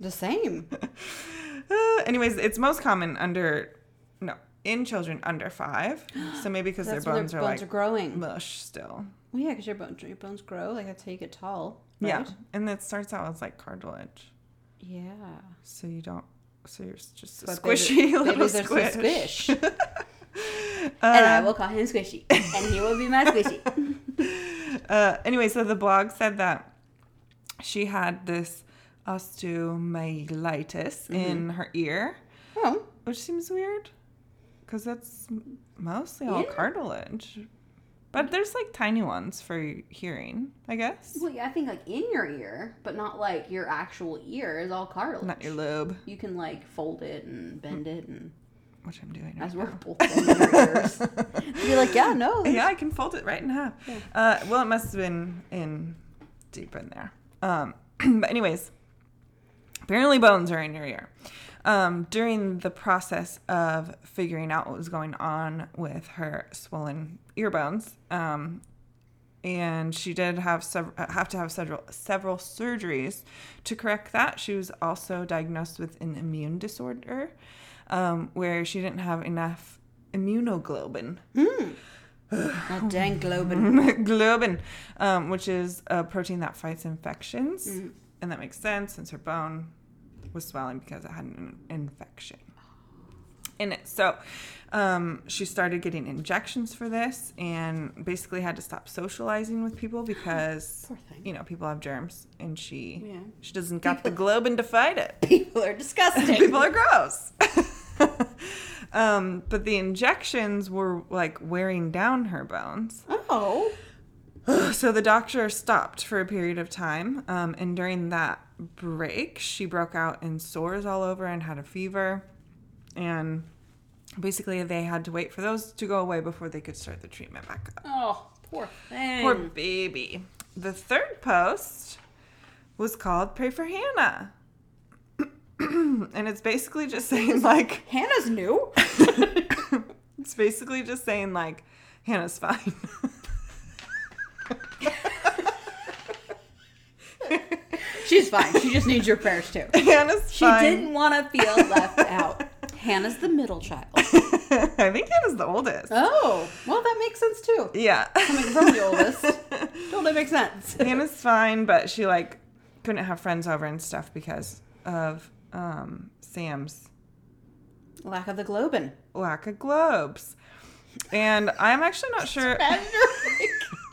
Speaker 1: the same.
Speaker 2: Uh, anyways, it's most common under, no, in children under (gasps) five. So maybe because their
Speaker 1: That's where
Speaker 2: bones
Speaker 1: their
Speaker 2: are
Speaker 1: bones
Speaker 2: like
Speaker 1: are growing.
Speaker 2: mush still.
Speaker 1: Well, yeah, because your, bone, your bones grow. Like, that's how you get tall.
Speaker 2: Yeah,
Speaker 1: right?
Speaker 2: and it starts out as like cartilage,
Speaker 1: Yeah.
Speaker 2: so you don't. So you're s- just a
Speaker 1: But
Speaker 2: squishy (laughs)
Speaker 1: baby-
Speaker 2: little
Speaker 1: babies are so
Speaker 2: squish. (laughs)
Speaker 1: squish. and I will call him Squishy. And he will be my
Speaker 2: (laughs)
Speaker 1: Squishy.
Speaker 2: Uh, anyway, so the blog said that she had this osteomyelitis
Speaker 1: Mm-hmm.
Speaker 2: in her ear,
Speaker 1: Oh,
Speaker 2: which seems weird, because that's m- mostly all
Speaker 1: Yeah.
Speaker 2: cartilage. But there's like tiny ones for hearing, I guess.
Speaker 1: well, yeah, I think like in your ear, but not like your actual ear is all cartilage.
Speaker 2: Not your lobe,
Speaker 1: You can like fold it and bend it, and
Speaker 2: which I'm doing. Right
Speaker 1: as we're both folding our ears.
Speaker 2: (laughs)
Speaker 1: Be like, yeah, no, there's-
Speaker 2: yeah, I can fold it right in half. Uh, well, it must have been in deep in there. Um, (clears throat) but anyways, apparently bones are in your ear. Um, during the process of figuring out what was going on with her swollen ear bones, um, and she did have sev- uh, have to have several several surgeries to correct that. She was also diagnosed with an immune disorder, um, where she didn't have enough immunoglobin
Speaker 1: That dang globin.
Speaker 2: Mm-hmm. globin, um, which is a protein that fights infections,
Speaker 1: Mm-hmm.
Speaker 2: and that makes sense since her bone was swelling because it had an infection in it. So um, she started getting injections for this, and basically had to stop socializing
Speaker 1: (gasps)
Speaker 2: with people because
Speaker 1: Poor thing.
Speaker 2: you know people have germs, and she
Speaker 1: Yeah.
Speaker 2: she doesn't
Speaker 1: (laughs)
Speaker 2: got the globin to fight it.
Speaker 1: (laughs) People are disgusting.
Speaker 2: (laughs) People are gross. um, but the injections were like wearing down her bones.
Speaker 1: Oh.
Speaker 2: (sighs) So the doctor stopped for a period of time, um, and during that break, she broke out in sores all over and had a fever, and basically they had to wait for those to go away before they could start the treatment back up.
Speaker 1: Oh, poor thing.
Speaker 2: Poor baby. The third post was called "Pray for Hannah," (clears throat) and it's basically just saying (laughs) like
Speaker 1: Hannah's new.
Speaker 2: it's basically just saying like Hannah's fine. (laughs)
Speaker 1: She's fine. She just needs your prayers too.
Speaker 2: Hannah's
Speaker 1: She
Speaker 2: fine.
Speaker 1: didn't want to feel left out. Hannah's the middle child.
Speaker 2: (laughs) I think Hannah's the oldest.
Speaker 1: Oh, well, that makes sense too.
Speaker 2: Yeah.
Speaker 1: Coming from the oldest,
Speaker 2: (laughs)
Speaker 1: totally makes sense.
Speaker 2: Hannah's fine, but she like couldn't have friends over and stuff because of um, Sam's
Speaker 1: Lack of the globin.
Speaker 2: lack of globes. And I'm actually not sure.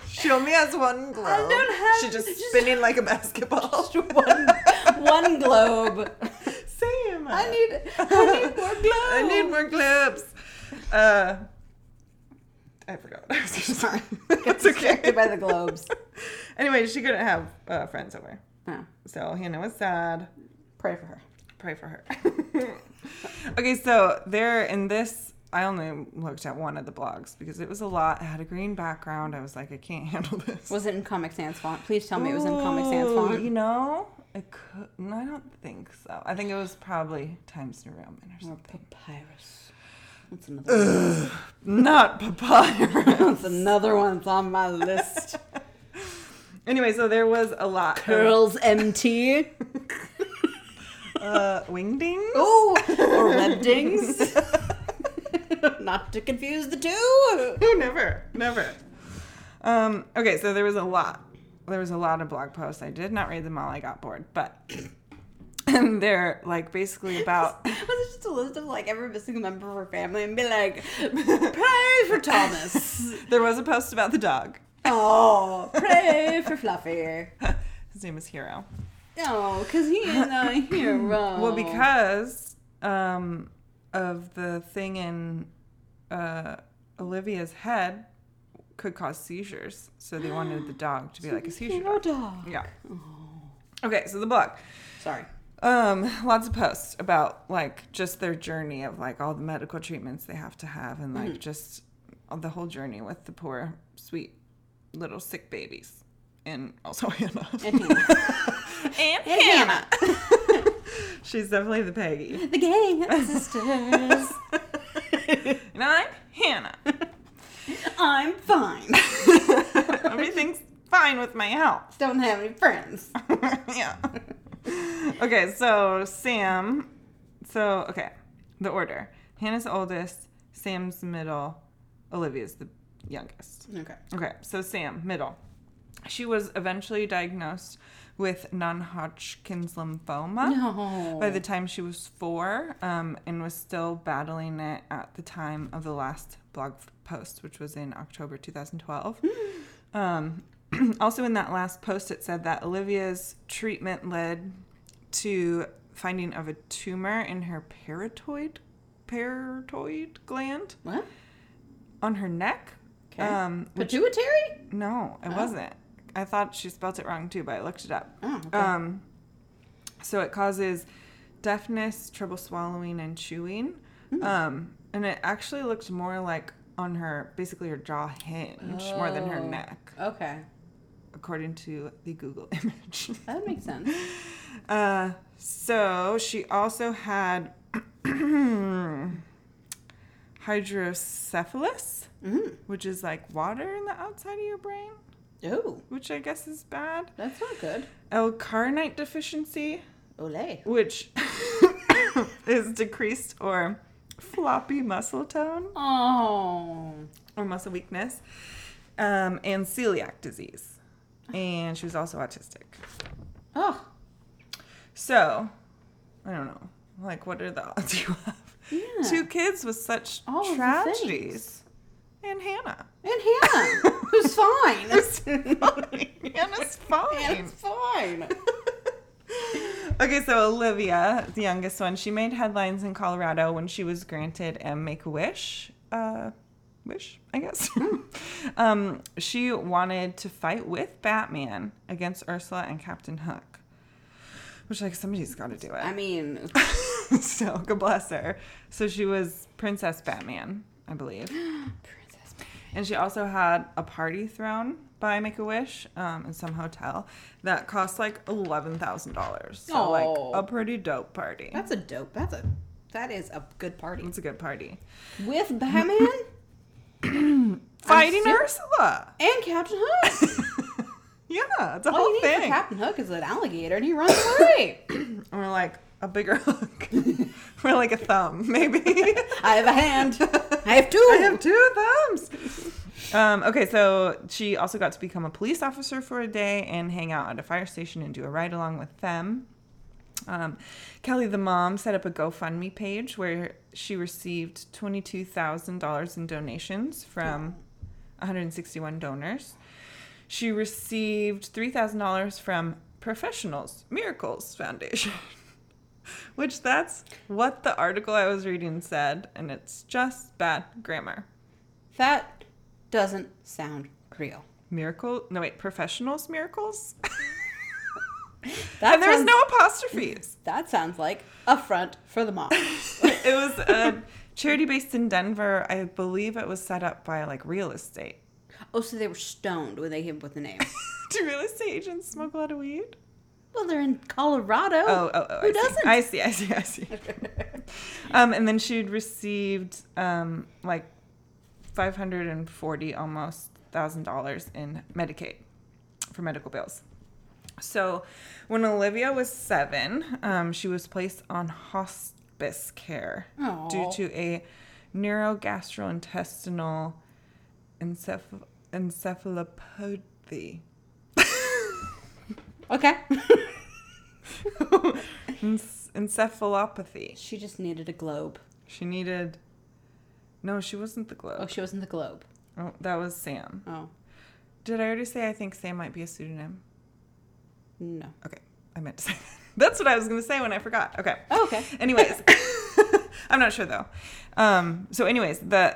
Speaker 2: She only has one globe.
Speaker 1: don't have-
Speaker 2: She's just
Speaker 1: just-
Speaker 2: spinning like
Speaker 1: (laughs)
Speaker 2: a basketball.
Speaker 1: one, (laughs) one globe.
Speaker 2: Sam,
Speaker 1: I need, (laughs) I need more globes.
Speaker 2: (laughs) I need more globes. Uh, I forgot. (laughs) what I was gonna
Speaker 1: Sorry.
Speaker 2: say.
Speaker 1: Get
Speaker 2: It's okay.
Speaker 1: distracted by the globes.
Speaker 2: (laughs) Anyway, she couldn't have uh, friends over,
Speaker 1: Oh,
Speaker 2: so Hannah was sad.
Speaker 1: pray for her.
Speaker 2: pray for her. (laughs) okay, so there in this, I only looked at one of the blogs because it was a lot. It had a green background. I was like, I can't (laughs) handle this.
Speaker 1: Was it in Comic Sans font? Please tell me it was in Comic Sans
Speaker 2: Ooh,
Speaker 1: font.
Speaker 2: You know, it could. No, I don't think so. I think it was probably Times New Roman or
Speaker 1: Or
Speaker 2: something.
Speaker 1: papyrus. That's another. One. (laughs) Mm.
Speaker 2: Not papyrus.
Speaker 1: That's another one that's on my list.
Speaker 2: anyway, so there was a lot. of,
Speaker 1: Curls MT.
Speaker 2: uh, wingdings.
Speaker 1: (laughs) Oh, or webdings. (laughs) Not to confuse the two.
Speaker 2: (laughs) No, never, never. Um, okay, so there was a lot. There was a lot of blog posts. I did not read them all. I got bored, but (coughs) and they're like basically about (laughs)
Speaker 1: Was it just a list of like every missing member of her family and be like, pray for (laughs) Thomas.
Speaker 2: There was a post about the dog. (laughs)
Speaker 1: oh, pray for Fluffy.
Speaker 2: His name is Hero.
Speaker 1: No, because he is not a hero.
Speaker 2: Well, because um, of the thing in uh, Olivia's head could cause seizures, so they wanted the dog to be like a seizure
Speaker 1: hero
Speaker 2: dog.
Speaker 1: dog.
Speaker 2: Yeah. Okay, so the book.
Speaker 1: Sorry.
Speaker 2: Um, lots of posts about like just their journey of like all the medical treatments they have to have and like just the whole journey with the poor sweet little sick babies and also Hannah.
Speaker 1: And Hannah.
Speaker 2: and
Speaker 1: (laughs) And Hannah.
Speaker 2: She's definitely the Peggy.
Speaker 1: The gang of sisters.
Speaker 2: (laughs) And I'm Hannah.
Speaker 1: I'm (laughs) fine.
Speaker 2: Everything's fine with my health. (laughs)
Speaker 1: Don't have any friends.
Speaker 2: yeah. Okay, so Sam. So, okay, the order Hannah's the oldest, Sam's the middle, Olivia's the youngest.
Speaker 1: Okay.
Speaker 2: Okay, so Sam, middle. She was eventually diagnosed with non Hodgkin's lymphoma.
Speaker 1: No.
Speaker 2: By the time she was four, um, and was still battling it at the time of the last blog post, which was in
Speaker 1: (gasps)
Speaker 2: October 2012. um, (clears throat) also, in that last post, it said that Olivia's treatment led to finding of a tumor in her parotid parotid gland
Speaker 1: What?
Speaker 2: on her neck.
Speaker 1: Okay.
Speaker 2: Um,
Speaker 1: Pituitary?
Speaker 2: no, it wasn't. I thought she spelt it wrong too, but I looked it up.
Speaker 1: Oh, okay.
Speaker 2: Um, so it causes deafness, trouble swallowing, and chewing.
Speaker 1: Hmm.
Speaker 2: Um, and it actually looked more like on her, basically her jaw hinge more than her
Speaker 1: Oh.
Speaker 2: neck,
Speaker 1: Okay.
Speaker 2: according to the Google (laughs) image.
Speaker 1: That makes sense.
Speaker 2: Uh, so she also had (clears throat) hydrocephalus,
Speaker 1: Mm.
Speaker 2: which is like water in the outside of your brain,
Speaker 1: Oh,
Speaker 2: which I guess is bad.
Speaker 1: that's not good.
Speaker 2: L-carnite deficiency,
Speaker 1: Olay.
Speaker 2: which (coughs) is decreased or floppy muscle tone
Speaker 1: Oh.
Speaker 2: or muscle weakness, um, and celiac disease. And she was also autistic.
Speaker 1: Oh.
Speaker 2: So, I don't know. Like, what are the (laughs) odds you have?
Speaker 1: Yeah.
Speaker 2: Two kids with such
Speaker 1: All of the
Speaker 2: tragedies. And Hannah.
Speaker 1: And (laughs) Hannah, who's fine.
Speaker 2: (laughs) Hannah's fine.
Speaker 1: Hannah's fine.
Speaker 2: (laughs) okay, so Olivia, the youngest one, she made headlines in Colorado when she was granted a Make a Wish, uh, wish, I guess. (laughs) um, she wanted to fight with Batman against Ursula and Captain Hook, which like somebody's got to do
Speaker 1: I
Speaker 2: it.
Speaker 1: mean,
Speaker 2: (laughs) so God bless her. So she was Princess Batman, I
Speaker 1: (gasps)
Speaker 2: believe,
Speaker 1: Princess.
Speaker 2: and she also had a party thrown by Make a Wish um, in some hotel that cost like eleven thousand dollars. So
Speaker 1: Oh.
Speaker 2: like a pretty dope party.
Speaker 1: That's a dope. That's a. That is a good party
Speaker 2: It's a good party.
Speaker 1: with Batman
Speaker 2: Fighting
Speaker 1: ser- (laughs)
Speaker 2: Ursula.
Speaker 1: (laughs) and Captain Hook.
Speaker 2: Yeah, it's a
Speaker 1: All
Speaker 2: whole
Speaker 1: you need for
Speaker 2: thing.
Speaker 1: Captain Hook is an alligator, and he runs away.
Speaker 2: and we're like a bigger (laughs) hook. we're like a thumb,
Speaker 1: (laughs)
Speaker 2: (laughs) maybe.
Speaker 1: (coughs) I have a hand. (laughs) I have two.
Speaker 2: I have two thumbs. Um, okay, so she also got to become a police officer for a day and hang out at a fire station and do a ride along with them. Um, Kelly, the mom, set up a GoFundMe page where she received twenty-two thousand dollars in donations from one hundred sixty-one donors. She received three thousand dollars from Professionals Miracles Foundation, (laughs) which that's what the article I was reading said, and it's just bad grammar.
Speaker 1: That doesn't sound real.
Speaker 2: Miracle? No, wait, Professionals Miracles. (laughs)
Speaker 1: That
Speaker 2: and there's
Speaker 1: sounds-
Speaker 2: no apostrophes.
Speaker 1: That sounds like a front for the
Speaker 2: (laughs)
Speaker 1: mob.
Speaker 2: it was a charity based in Denver. I believe it was set up by like real estate. (laughs)
Speaker 1: oh, so they were stoned when they came up with the name.
Speaker 2: Do real estate agents smoke a lot of weed?
Speaker 1: Well, they're in Colorado.
Speaker 2: Oh, oh, oh.
Speaker 1: Who
Speaker 2: I see.
Speaker 1: doesn't?
Speaker 2: I see, I see,
Speaker 1: (laughs)
Speaker 2: I see. um, and then she'd received um, like 540 almost thousand dollars in Medicaid for medical bills. So when Olivia was seven, um, she was placed on hospice care
Speaker 1: Aw.
Speaker 2: due to a neurogastrointestinal enceph- encephalopathy.
Speaker 1: Okay.
Speaker 2: Encephalopathy.
Speaker 1: she just needed a globe.
Speaker 2: She needed No, she wasn't the Globe.
Speaker 1: Oh, she was in the Globe.
Speaker 2: Oh, that was Sam.
Speaker 1: Oh,
Speaker 2: Did I already say I think Sam might be a pseudonym?
Speaker 1: no.
Speaker 2: Okay, I meant to say (laughs) that. That's what I was going to say when I forgot. Okay.
Speaker 1: Oh, okay.
Speaker 2: (laughs) Anyways, I'm not sure though. Um, so, anyways, the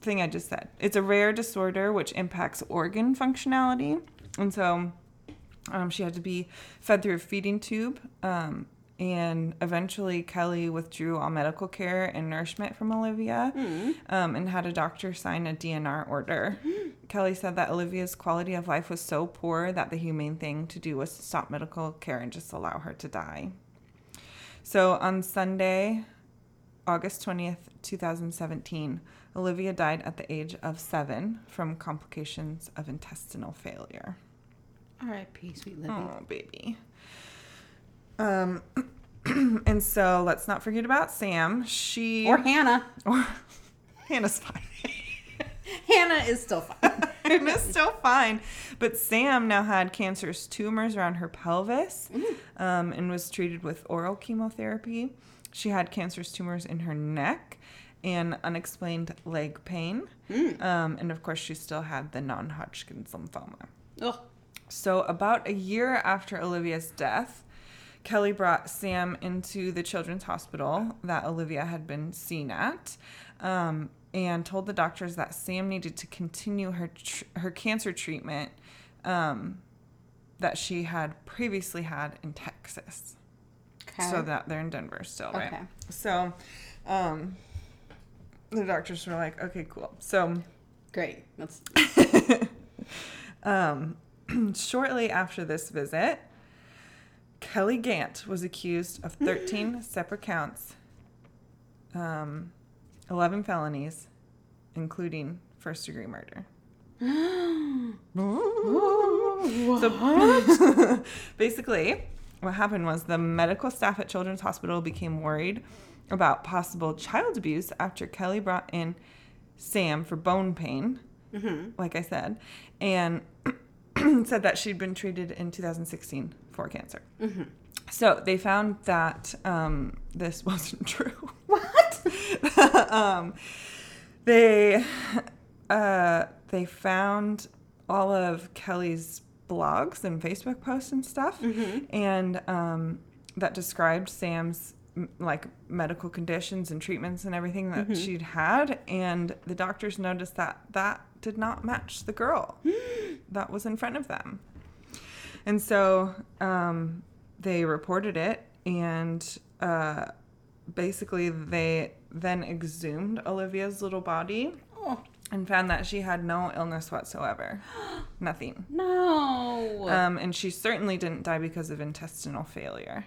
Speaker 2: thing I just said it's a rare disorder which impacts organ functionality. And so um, she had to be fed through a feeding tube. Um, and eventually, Kelly withdrew all medical care and nourishment from Olivia um, and had a doctor sign a DNR order. Kelly said that Olivia's quality of life was so poor that the humane thing to do was to stop medical care and just allow her to die. So on Sunday, August 20th, 2017, Olivia died at the age of seven from complications of intestinal failure.
Speaker 1: R.I.P. Sweet Livy.
Speaker 2: Oh, baby. Um, (clears throat) and so let's not forget about Sam. She
Speaker 1: Or Hannah.
Speaker 2: or Hannah's (laughs) fine.
Speaker 1: Hannah is still
Speaker 2: (laughs)
Speaker 1: fine.
Speaker 2: Hannah's still fine, but Sam now had cancerous tumors around her pelvis, um, and was treated with oral chemotherapy. She had cancerous tumors in her neck and unexplained leg pain, um, and of course, she still had the non-Hodgkin's lymphoma.
Speaker 1: Ugh.
Speaker 2: So, about a year after Olivia's death, Kelly brought Sam into the children's hospital that Olivia had been seen at um, and told the doctors that Sam needed to continue her, tr- her cancer treatment um, that she had previously had in Texas.
Speaker 1: Okay.
Speaker 2: So that they're in Denver still, right?
Speaker 1: Okay.
Speaker 2: So um, the doctors were like, okay, cool. So
Speaker 1: Great.
Speaker 2: (gasps)
Speaker 1: That's
Speaker 2: Um, (clears throat) shortly after this visit, Kelly Gant was accused of 13 separate counts, um, 11 felonies, including first degree murder.
Speaker 1: (gasps)
Speaker 2: (laughs) So (laughs) basically, what happened was the medical staff at Children's Hospital became worried about possible child abuse after Kelly brought in Sam for bone pain,
Speaker 1: Mm-hmm.
Speaker 2: like I said, and (clears throat) said that she'd been treated in 2016 for cancer.
Speaker 1: Mm-hmm.
Speaker 2: So they found that um, this (laughs) wasn't true. What? (laughs) um, they uh, they found all of Kelly's blogs and Facebook posts and stuff, and um, that described Sam's m- like medical conditions and treatments and everything that she'd had, and the doctors noticed that that did not match the girl that was in front of them. And so um, they reported it, and uh, basically they then exhumed Olivia's little body
Speaker 1: oh
Speaker 2: and found that she had no illness
Speaker 1: (gasps)
Speaker 2: whatsoever. Nothing.
Speaker 1: no.
Speaker 2: Um, and she certainly didn't die because of intestinal failure.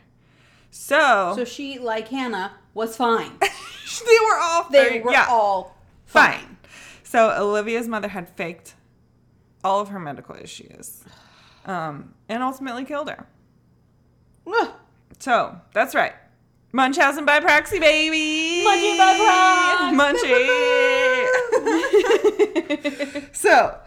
Speaker 2: So,
Speaker 1: so she, like Hannah, was
Speaker 2: (laughs)
Speaker 1: fine.
Speaker 2: they were all
Speaker 1: They
Speaker 2: fine.
Speaker 1: were
Speaker 2: Yeah,
Speaker 1: all
Speaker 2: fine.
Speaker 1: fine.
Speaker 2: So Olivia's mother had faked all of her medical issues, um, and ultimately killed her.
Speaker 1: Ugh.
Speaker 2: So that's right. Munchausen by proxy, baby.
Speaker 1: Munchie by prox.
Speaker 2: Munchie. (laughs) so,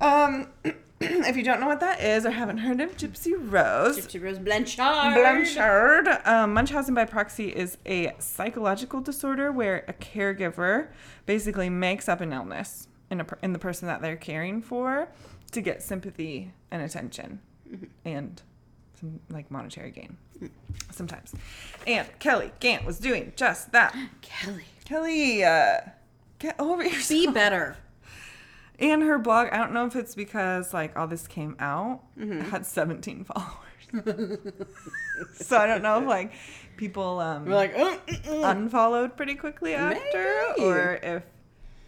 Speaker 2: um, (clears throat) if you don't know what that is or haven't heard of Gypsy Rose,
Speaker 1: Gypsy Rose Blanchard.
Speaker 2: Blanchard, um, Munchausen by proxy is a psychological disorder where a caregiver basically makes up an illness in a per- in the person that they're caring for to get sympathy and attention and some like monetary gain sometimes. And Kelly Gant was doing just that.
Speaker 1: Kelly.
Speaker 2: Kelly, uh, get over yourself
Speaker 1: Be better.
Speaker 2: and her blog i don't know if it's because like all this came out
Speaker 1: Mm-hmm.
Speaker 2: it had 17 (laughs) followers so i don't know if like people um
Speaker 1: like, oh,
Speaker 2: unfollowed pretty quickly after
Speaker 1: Maybe.
Speaker 2: or if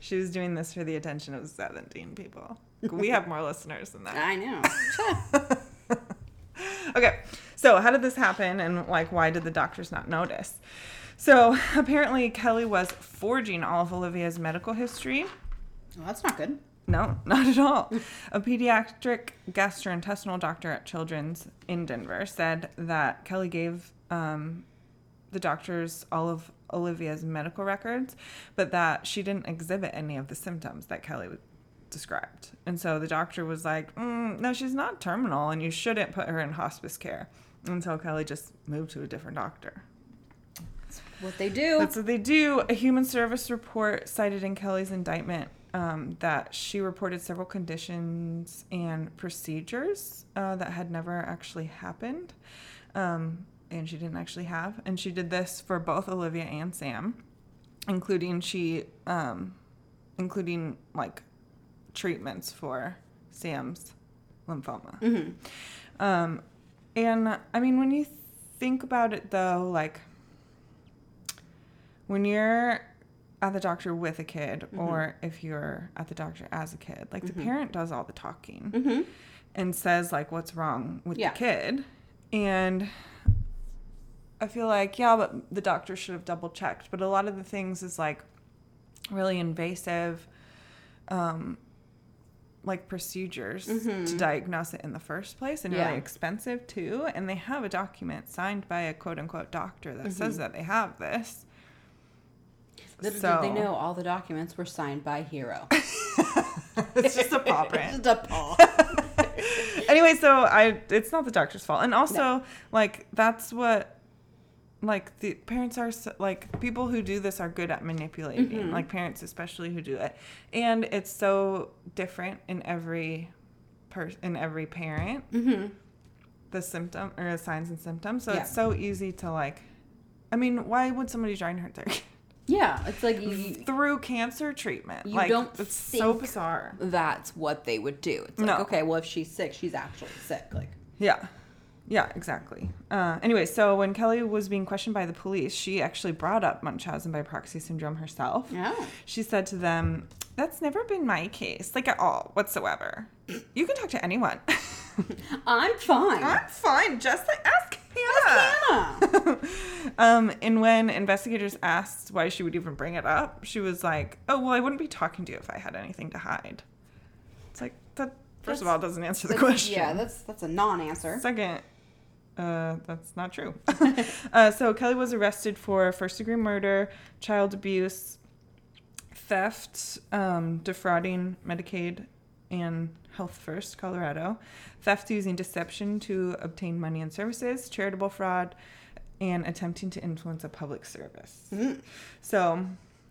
Speaker 2: she was doing this for the attention of 17 people we have more (laughs) listeners than that
Speaker 1: I know.
Speaker 2: okay so how did this happen and like why did the doctors not notice so apparently kelly was forging all of olivia's medical history
Speaker 1: Well, that's not good.
Speaker 2: No, (laughs) not at all. A pediatric gastrointestinal doctor at Children's in Denver said that Kelly gave um, the doctors all of Olivia's medical records, but that she didn't exhibit any of the symptoms that Kelly w- described. And so the doctor was like, mm, no, she's not terminal, and you shouldn't put her in hospice care. And so Kelly just moved to a different doctor.
Speaker 1: What they do.
Speaker 2: That's what they do. A human service report cited in Kelly's indictment um, that she reported several conditions and procedures uh, that had never actually happened. Um, and she didn't actually have. And she did this for both Olivia and Sam, including she, um, including like treatments for Sam's lymphoma.
Speaker 1: Mm-hmm.
Speaker 2: Um, and I mean, when you think about it though, like when you're at the doctor with a kid or if you're at the doctor as a kid like the parent does all the talking
Speaker 1: Mm-hmm.
Speaker 2: and says like what's wrong with
Speaker 1: Yeah.
Speaker 2: the kid and i feel like yeah but the doctor should have double checked but a lot of the things is like really invasive um like procedures to diagnose it in the first place and
Speaker 1: Mm-hmm. Yeah.
Speaker 2: really expensive too and they have a document signed by a quote unquote doctor that says
Speaker 1: Mm-hmm.
Speaker 2: that they have this
Speaker 1: Little
Speaker 2: so-
Speaker 1: did they know all the documents were signed by Hero.
Speaker 2: (laughs) it's just a
Speaker 1: (laughs)
Speaker 2: paw print.
Speaker 1: Just a paw.
Speaker 2: anyway, so I it's not the doctor's fault, and also like that's what like the parents are so, like people who do this are good at manipulating
Speaker 1: Mm-hmm.
Speaker 2: like parents especially who do it and it's so different in every person in every parent
Speaker 1: Mm-hmm.
Speaker 2: the symptom or the signs and symptoms so
Speaker 1: Yeah.
Speaker 2: it's so easy to like i mean why would somebody try and hurt their kid
Speaker 1: Yeah, it's like you,
Speaker 2: (laughs) through cancer treatment
Speaker 1: You
Speaker 2: like
Speaker 1: don't
Speaker 2: it's so
Speaker 1: think-
Speaker 2: bizarre
Speaker 1: that's what they would do. It's like,
Speaker 2: No.
Speaker 1: okay, well, if she's sick, she's actually sick. Like,
Speaker 2: Yeah. Yeah, exactly. Uh, anyway, so when Kelly was being questioned by the police, she actually brought up Munchausen by proxy syndrome herself.
Speaker 1: Oh.
Speaker 2: She said to them, That's never been my case, like at all, whatsoever. You can talk to anyone.
Speaker 1: I'm fine. Ah.
Speaker 2: I'm fine, just like ask
Speaker 1: Hannah.
Speaker 2: um, and when investigators asked why she would even bring it up, she was like, "Oh, well, I wouldn't be talking to you if I had anything to hide." It's like that. First of all, doesn't answer (laughs) the
Speaker 1: That's-
Speaker 2: question.
Speaker 1: Yeah, that's that's a non-answer.
Speaker 2: Second, uh, that's not true. (laughs) uh, so Kelly was arrested for first degree murder, child abuse, theft, um, defrauding Medicaid and Health First Colorado, theft using deception to obtain money and services, charitable fraud, and attempting to influence a public service. So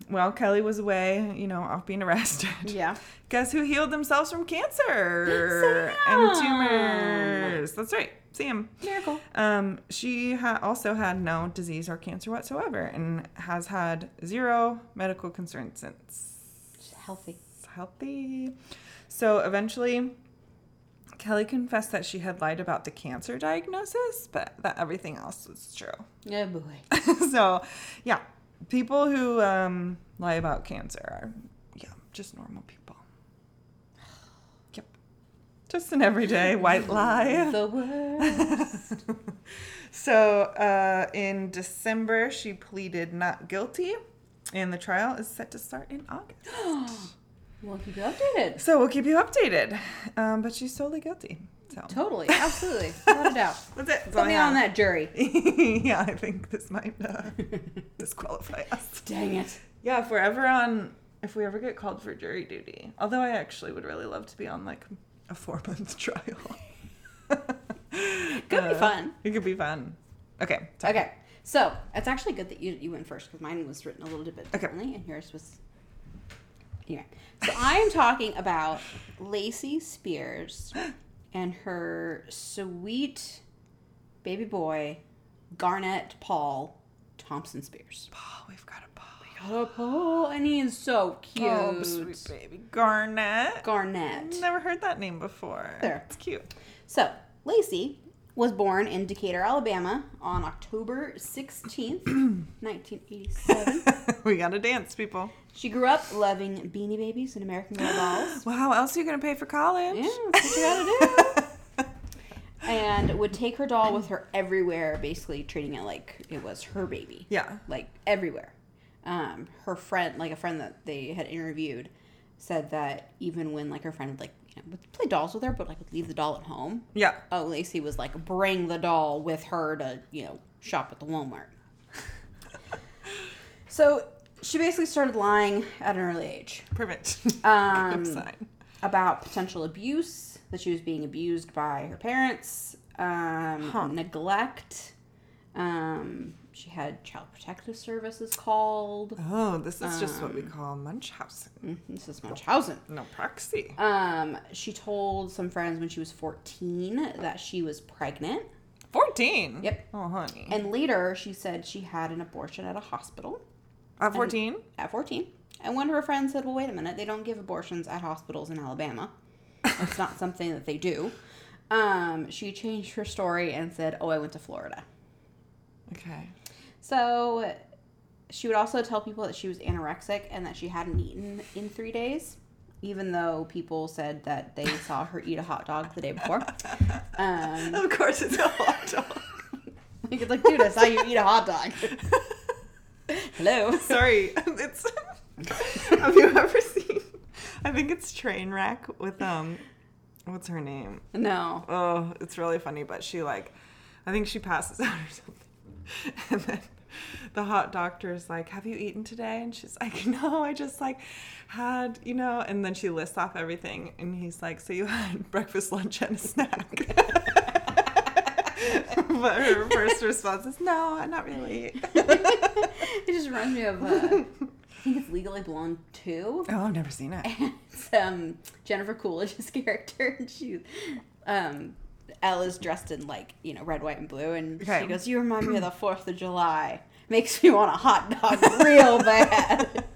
Speaker 2: while Kelly was away, you know, off being arrested.
Speaker 1: Yeah.
Speaker 2: Guess who healed themselves from cancer
Speaker 1: Sam!
Speaker 2: and tumors? That's right, Sam.
Speaker 1: Miracle.
Speaker 2: Um, she ha- also had no disease or cancer whatsoever and has had zero medical concerns since.
Speaker 1: She's healthy.
Speaker 2: Healthy. So eventually, Kelly confessed that she had lied about the cancer diagnosis, but that everything else was true.
Speaker 1: Yeah, Oh, boy.
Speaker 2: (laughs) so, yeah, people who um, lie about cancer are, yeah, just normal people. Yep, just an
Speaker 1: (laughs)
Speaker 2: everyday white lie.
Speaker 1: The world.
Speaker 2: So, uh, in December, she pleaded not guilty, and the trial is set to start in August.
Speaker 1: We'll keep you updated.
Speaker 2: So we'll keep you updated. Um, but she's totally guilty. So
Speaker 1: Totally. Absolutely. Without a doubt.
Speaker 2: that's it. That's
Speaker 1: Put
Speaker 2: all I
Speaker 1: me on
Speaker 2: have.
Speaker 1: that jury.
Speaker 2: (laughs) yeah, I think this might
Speaker 1: (laughs)
Speaker 2: uh, disqualify us.
Speaker 1: Dang it.
Speaker 2: Yeah, if we're ever on, if we ever get called for jury duty, although I actually would really love to be on like a four month (laughs) trial.
Speaker 1: Could be fun.
Speaker 2: It could be fun. Okay. sorry.
Speaker 1: Okay. So it's actually good that you, you went first because mine was written a little bit differently, and yours was. Anyway, so I am talking about Lacey Spears and her sweet baby boy, Garnett Paul Thompson Spears.
Speaker 2: Paul, we've got a Paul.
Speaker 1: Oh, Paul, and he is so cute.
Speaker 2: Oh, sweet baby. Garnet.
Speaker 1: Garnett.
Speaker 2: Never heard that name before.
Speaker 1: There.
Speaker 2: It's cute. (laughs)
Speaker 1: So, Lacey was born in Decatur, Alabama on October (clears throat) 16th, 1987.
Speaker 2: we got to dance, people.
Speaker 1: She grew up loving beanie babies and American Girl dolls.
Speaker 2: (gasps) Well, how else are you going to pay for college?
Speaker 1: Yeah, that's what you gotta do. and would take her doll with her everywhere, basically treating it like it was her baby.
Speaker 2: Yeah.
Speaker 1: Like everywhere. Um, her friend, like a friend that they had interviewed, said that even when like her friend would like you know, would play dolls with her, but like would leave the doll at home.
Speaker 2: Yeah.
Speaker 1: Oh, Lacey was like bring the doll with her to you know shop at the Walmart. (laughs) so she basically started lying at an early age.
Speaker 2: (laughs) Perfect.
Speaker 1: Um,
Speaker 2: Good sign.
Speaker 1: about potential abuse that she was being abused by her parents um, neglect um, She had Child Protective Services called. Mm-hmm,
Speaker 2: Oh, this is just what we
Speaker 1: um,
Speaker 2: call Munchausen.
Speaker 1: This is Munchausen.
Speaker 2: No proxy.
Speaker 1: Um, she told some friends when she was 14 that she was pregnant.
Speaker 2: 14.
Speaker 1: Yep.
Speaker 2: Oh, honey.
Speaker 1: And later, she said she had an abortion at a hospital
Speaker 2: At 14?
Speaker 1: at 14. And one of her friends said, Well, wait a minute, they don't give abortions at hospitals in Alabama. It's not something that they do. Um, she changed her story and said, Oh, I went to Florida.
Speaker 2: Okay.
Speaker 1: So she would also tell people that she was anorexic and that she hadn't eaten in three days, even though people said that they saw her eat a hot dog the day before. Um,
Speaker 2: (laughs) Of course, it's a hot dog.
Speaker 1: you could like, dude, I saw you eat a hot dog. Hello.
Speaker 2: Sorry. (laughs) It's. Have you ever seen? I think it's Trainwreck with, um, what's her name?
Speaker 1: No.
Speaker 2: Oh, it's really funny, but she, like, I think she passes (laughs) out or something. And then the hot doctor is like, Have you eaten today? And she's like, (laughs) No, I just, like, had, you know, and then she lists off everything. And he's like, So you had (laughs) breakfast, lunch, and a snack. (laughs) but her first response is, No, not really.
Speaker 1: It just reminds me of, uh, I think it's Legally Blonde 2.
Speaker 2: Oh, I've
Speaker 1: (laughs)
Speaker 2: never seen it.
Speaker 1: It's um, Jennifer Coolidge's (laughs) character, and she, um, Elle is dressed in like you know red, white, and blue, and
Speaker 2: Okay.
Speaker 1: she goes, "You remind me of the Fourth of July. (laughs) Makes me want a hot dog (laughs) real bad." (laughs)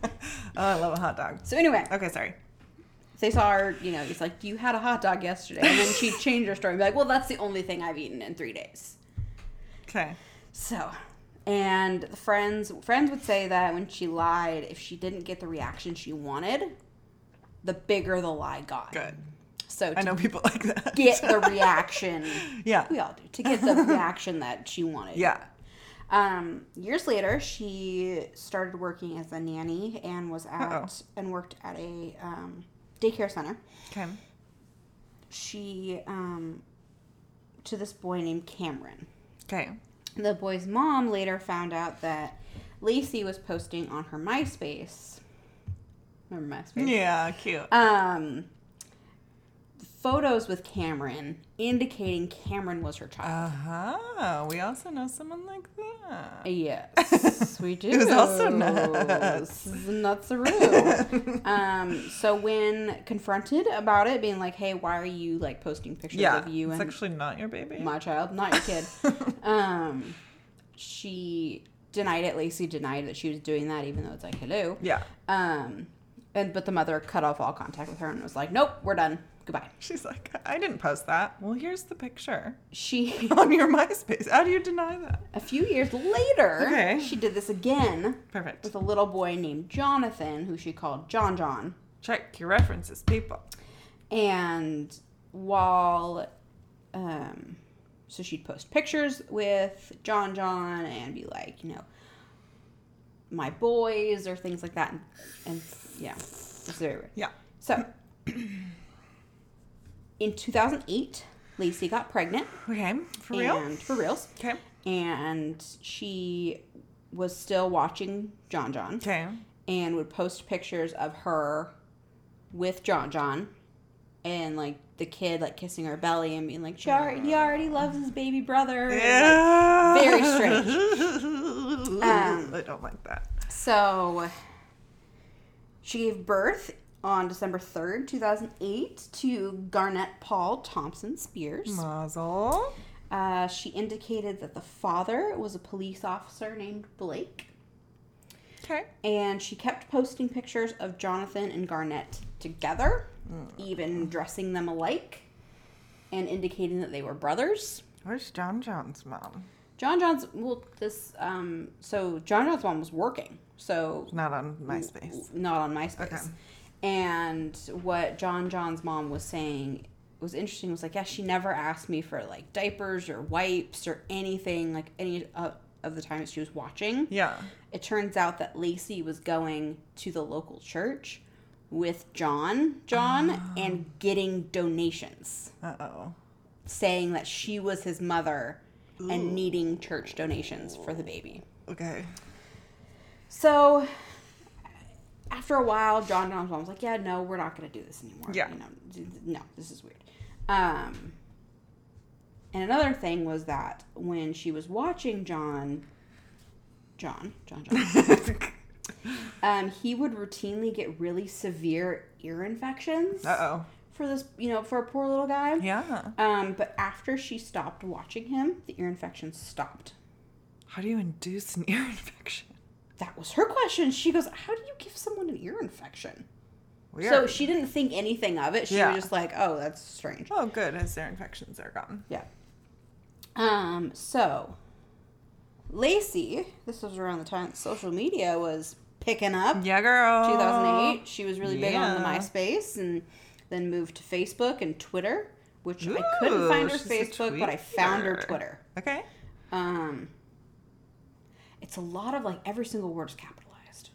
Speaker 2: Oh, I love a hot dog.
Speaker 1: so anyway,
Speaker 2: Okay, sorry.
Speaker 1: they saw her. You know, he's like, "You had a hot dog yesterday," and then she changed her story and be like, "Well, that's the only thing I've eaten in three days."
Speaker 2: Okay.
Speaker 1: So, and the friends friends would say that when she lied, if she didn't get the reaction she wanted, the bigger the lie got.
Speaker 2: Good.
Speaker 1: So
Speaker 2: I
Speaker 1: to
Speaker 2: know people (laughs) like that.
Speaker 1: get the reaction,
Speaker 2: Yeah.
Speaker 1: we all do, to get
Speaker 2: (laughs)
Speaker 1: the reaction that she wanted.
Speaker 2: Yeah.
Speaker 1: Um, years later, she started working as a nanny and was at
Speaker 2: Uh-oh.
Speaker 1: and worked at a um, daycare center.
Speaker 2: Okay.
Speaker 1: She um, to this boy named Cameron.
Speaker 2: Okay.
Speaker 1: The boy's mom later found out that Lacey was posting on her MySpace. Remember MySpace?
Speaker 2: Yeah, cute.
Speaker 1: Um, photos with Cameron indicating Cameron was her child.
Speaker 2: Uh huh. We also know someone like that.
Speaker 1: yes,
Speaker 2: (laughs)
Speaker 1: we do.
Speaker 2: It was also nuts. (laughs)
Speaker 1: Nutsaroo. um, so when confronted about it, being like, "Hey, why are you like posting pictures
Speaker 2: Yeah.
Speaker 1: of you
Speaker 2: it's
Speaker 1: and
Speaker 2: actually not your baby.
Speaker 1: my child, not your
Speaker 2: (laughs)
Speaker 1: kid. um, she denied it. Lacey denied that she was doing that, even though it's like, hello.
Speaker 2: yeah.
Speaker 1: Um, and but the mother cut off all contact with her and was like, nope, we're done. Goodbye.
Speaker 2: She's like, I didn't post that. Well, here's the picture (laughs)
Speaker 1: She (laughs)
Speaker 2: on your MySpace. How do you deny that?
Speaker 1: a few years later,
Speaker 2: Okay.
Speaker 1: she did this again
Speaker 2: Perfect.
Speaker 1: with a little boy named Jonathan, who she called John John.
Speaker 2: Check your references, people.
Speaker 1: And while, um, so she'd post pictures with John John and be like, you know, my boys or things like that. And, and yeah, it's very weird.
Speaker 2: Yeah.
Speaker 1: So (clears throat) in 2008, Lacey got pregnant.
Speaker 2: Okay. For real?
Speaker 1: And for reals.
Speaker 2: Okay.
Speaker 1: And she was still watching John John
Speaker 2: Okay.
Speaker 1: and would post pictures of her with John John and like the kid like kissing her belly and being like, she already, he already loves his baby brother. and, like,
Speaker 2: Yeah.
Speaker 1: very strange.
Speaker 2: (laughs)
Speaker 1: Um,
Speaker 2: I don't like that.
Speaker 1: so she gave birth on December 3rd, 2008 to Garnett Paul Thompson Spears.
Speaker 2: Mm. Mazel.
Speaker 1: Uh, she indicated that the father was a police officer named Blake.
Speaker 2: Okay.
Speaker 1: and she kept posting pictures of Jonathan and Garnett together, even dressing them alike and indicating that they were brothers.
Speaker 2: Where's John John's mom?
Speaker 1: John John's well, this um, so John John's mom was working, so
Speaker 2: Not on MySpace.
Speaker 1: not on MySpace.
Speaker 2: Okay.
Speaker 1: And what John John's mom was saying was interesting. Was like, yeah, she never asked me for like diapers or wipes or anything like any of, of the time that she was watching.
Speaker 2: Yeah.
Speaker 1: It turns out that Lacey was going to the local church with John, John, and getting donations,
Speaker 2: Uh oh.
Speaker 1: saying that she was his mother and needing church donations for the baby.
Speaker 2: Okay.
Speaker 1: So after a while, John John's mom was like, "Yeah, no, we're not going to do this anymore.
Speaker 2: Yeah.
Speaker 1: you know, d- d- no, this is weird." Um, and another thing was that when she was watching John, John, John, John.
Speaker 2: (laughs)
Speaker 1: um, he would routinely get really severe ear infections
Speaker 2: Uh oh.
Speaker 1: for this, you know, for a poor little guy.
Speaker 2: Yeah.
Speaker 1: Um, but after she stopped watching him, the ear infection stopped.
Speaker 2: How do you induce an (laughs) ear infection?
Speaker 1: That was her question. She goes, "How do you give someone an ear infection?"
Speaker 2: Weird.
Speaker 1: So she didn't think anything of it. She
Speaker 2: Yeah.
Speaker 1: was just like, "Oh, that's strange."
Speaker 2: oh, good. His ear infections are gone.
Speaker 1: Yeah. Um, so Lacey, this was around the time that social media was picking up.
Speaker 2: Yeah, girl.
Speaker 1: 2008. She was really big on the
Speaker 2: yeah.
Speaker 1: MySpace and then moved to Facebook and Twitter, which I couldn't find her
Speaker 2: Ooh, she's a
Speaker 1: Facebook, but I found her
Speaker 2: tweeter.
Speaker 1: Twitter.
Speaker 2: Okay.
Speaker 1: Um, it's a lot of like every single word is capitalized.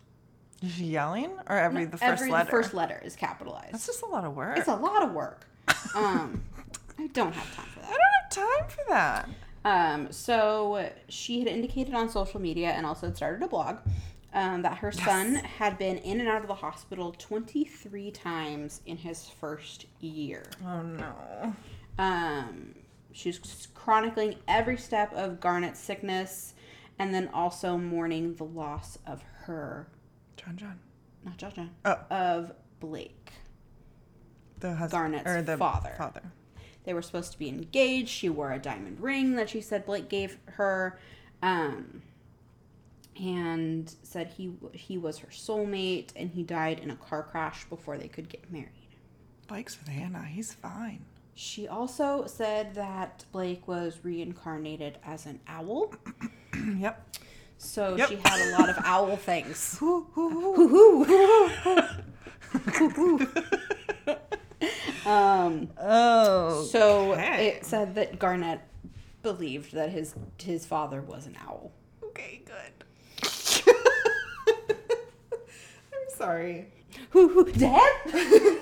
Speaker 2: Is she yelling or every the first
Speaker 1: every
Speaker 2: letter?
Speaker 1: the first letter is capitalized.
Speaker 2: That's just a lot of work.
Speaker 1: it's a lot of work. Um, I don't have time for
Speaker 2: I
Speaker 1: that.
Speaker 2: don't have time for that.
Speaker 1: Um, so she had indicated on social media and also had started a blog um, that her son had been in and out of the hospital 23 times in his first year.
Speaker 2: Oh no.
Speaker 1: Um, she was chronicling every step of Garnet's sickness and then also mourning the loss of her,
Speaker 2: John John.
Speaker 1: not Jaja,
Speaker 2: Oh.
Speaker 1: of Blake.
Speaker 2: The husband
Speaker 1: Garnet's
Speaker 2: or the
Speaker 1: father.
Speaker 2: Father.
Speaker 1: They were supposed to be engaged. She wore a diamond ring that she said Blake gave her, um, and said he he was her soulmate, and he died in a car crash before they could get married.
Speaker 2: Blake's with Hannah. He's fine. (clears throat)
Speaker 1: She also said that Blake was reincarnated as an owl,
Speaker 2: yep.
Speaker 1: so
Speaker 2: Yep.
Speaker 1: she had a lot of owl
Speaker 2: (laughs)
Speaker 1: things.
Speaker 2: Hoo, hoo, hoo.
Speaker 1: um,
Speaker 2: Oh.
Speaker 1: so
Speaker 2: Okay.
Speaker 1: it said that Garnet believed that his his father was an owl.
Speaker 2: Okay, good. (laughs) I'm sorry.
Speaker 1: Who who (laughs) dad?
Speaker 2: Teddy!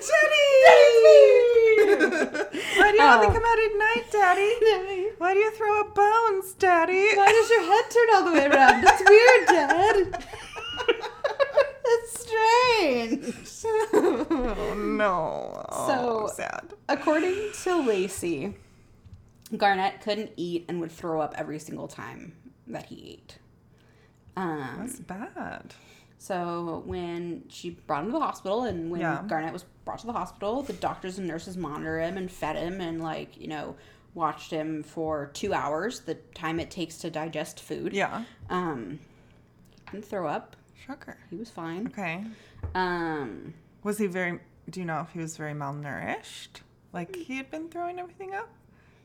Speaker 2: Why do you have
Speaker 1: Oh.
Speaker 2: to come out at night, Daddy? Why do you throw up bones, Daddy?
Speaker 1: (laughs) Why does your head turn all the way around? That's weird, Dad. (laughs) That's strange.
Speaker 2: (laughs) Oh no. Oh,
Speaker 1: So-
Speaker 2: sad.
Speaker 1: (laughs) According to Lacey, Garnett couldn't eat and would throw up every single time that he ate. Um,
Speaker 2: That's bad.
Speaker 1: so when she brought him to the hospital, and when
Speaker 2: Yeah.
Speaker 1: Garnett was brought to the hospital, the doctors and nurses monitored him and fed him and like you know watched him for two hours, the time it takes to digest food.
Speaker 2: Yeah.
Speaker 1: Um, he didn't throw up.
Speaker 2: Shocker.
Speaker 1: He was fine.
Speaker 2: Okay.
Speaker 1: Um,
Speaker 2: Was he very do you know if he was very malnourished? Like he had been throwing everything up?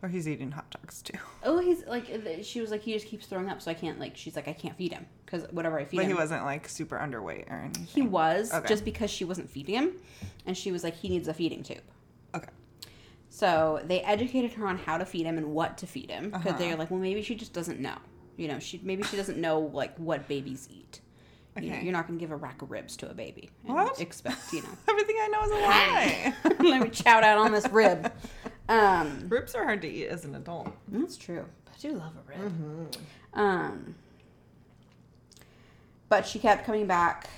Speaker 2: Or he's eating hot dogs too. (laughs)
Speaker 1: oh, he's like, th- she was like, he just keeps throwing up, so I can't like. She's like, I can't feed him because whatever I feed
Speaker 2: But
Speaker 1: him,
Speaker 2: he wasn't like super underweight or anything. (laughs)
Speaker 1: He was
Speaker 2: Okay.
Speaker 1: just because she wasn't feeding him, and she was like, he needs a feeding tube.
Speaker 2: Okay.
Speaker 1: So they educated her on how to feed him and what to feed him
Speaker 2: Uh-huh.
Speaker 1: because they're like, well, maybe she just doesn't know. You know, she maybe she doesn't know like what babies eat. You know,
Speaker 2: Okay.
Speaker 1: you're not gonna give a rack of ribs to a baby. and
Speaker 2: What?
Speaker 1: Expect you know. (laughs)
Speaker 2: Everything I know is a lie. (laughs)
Speaker 1: Let me chow down on this rib. Um,
Speaker 2: Ribs are hard to eat as an adult.
Speaker 1: That's true. But I do love a rib. Um, but she kept coming back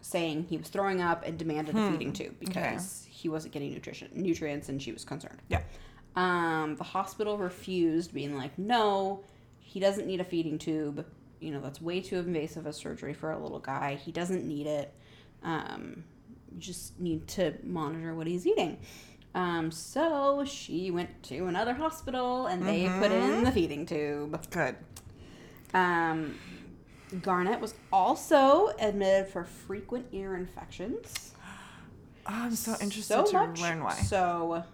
Speaker 1: saying he was throwing up and demanded a feeding tube because he wasn't getting nutrition nutrients and she was concerned.
Speaker 2: Yeah.
Speaker 1: Um, the hospital refused, being like, no, he doesn't need a feeding tube. You know, that's way too invasive a surgery for a little guy. He doesn't need it. Um, you just need to monitor what he's eating. Um, so she went to another hospital and they put in the feeding tube.
Speaker 2: Good.
Speaker 1: Um, Garnet was also admitted for frequent ear infections
Speaker 2: Oh, I'm so interested to learn why.
Speaker 1: so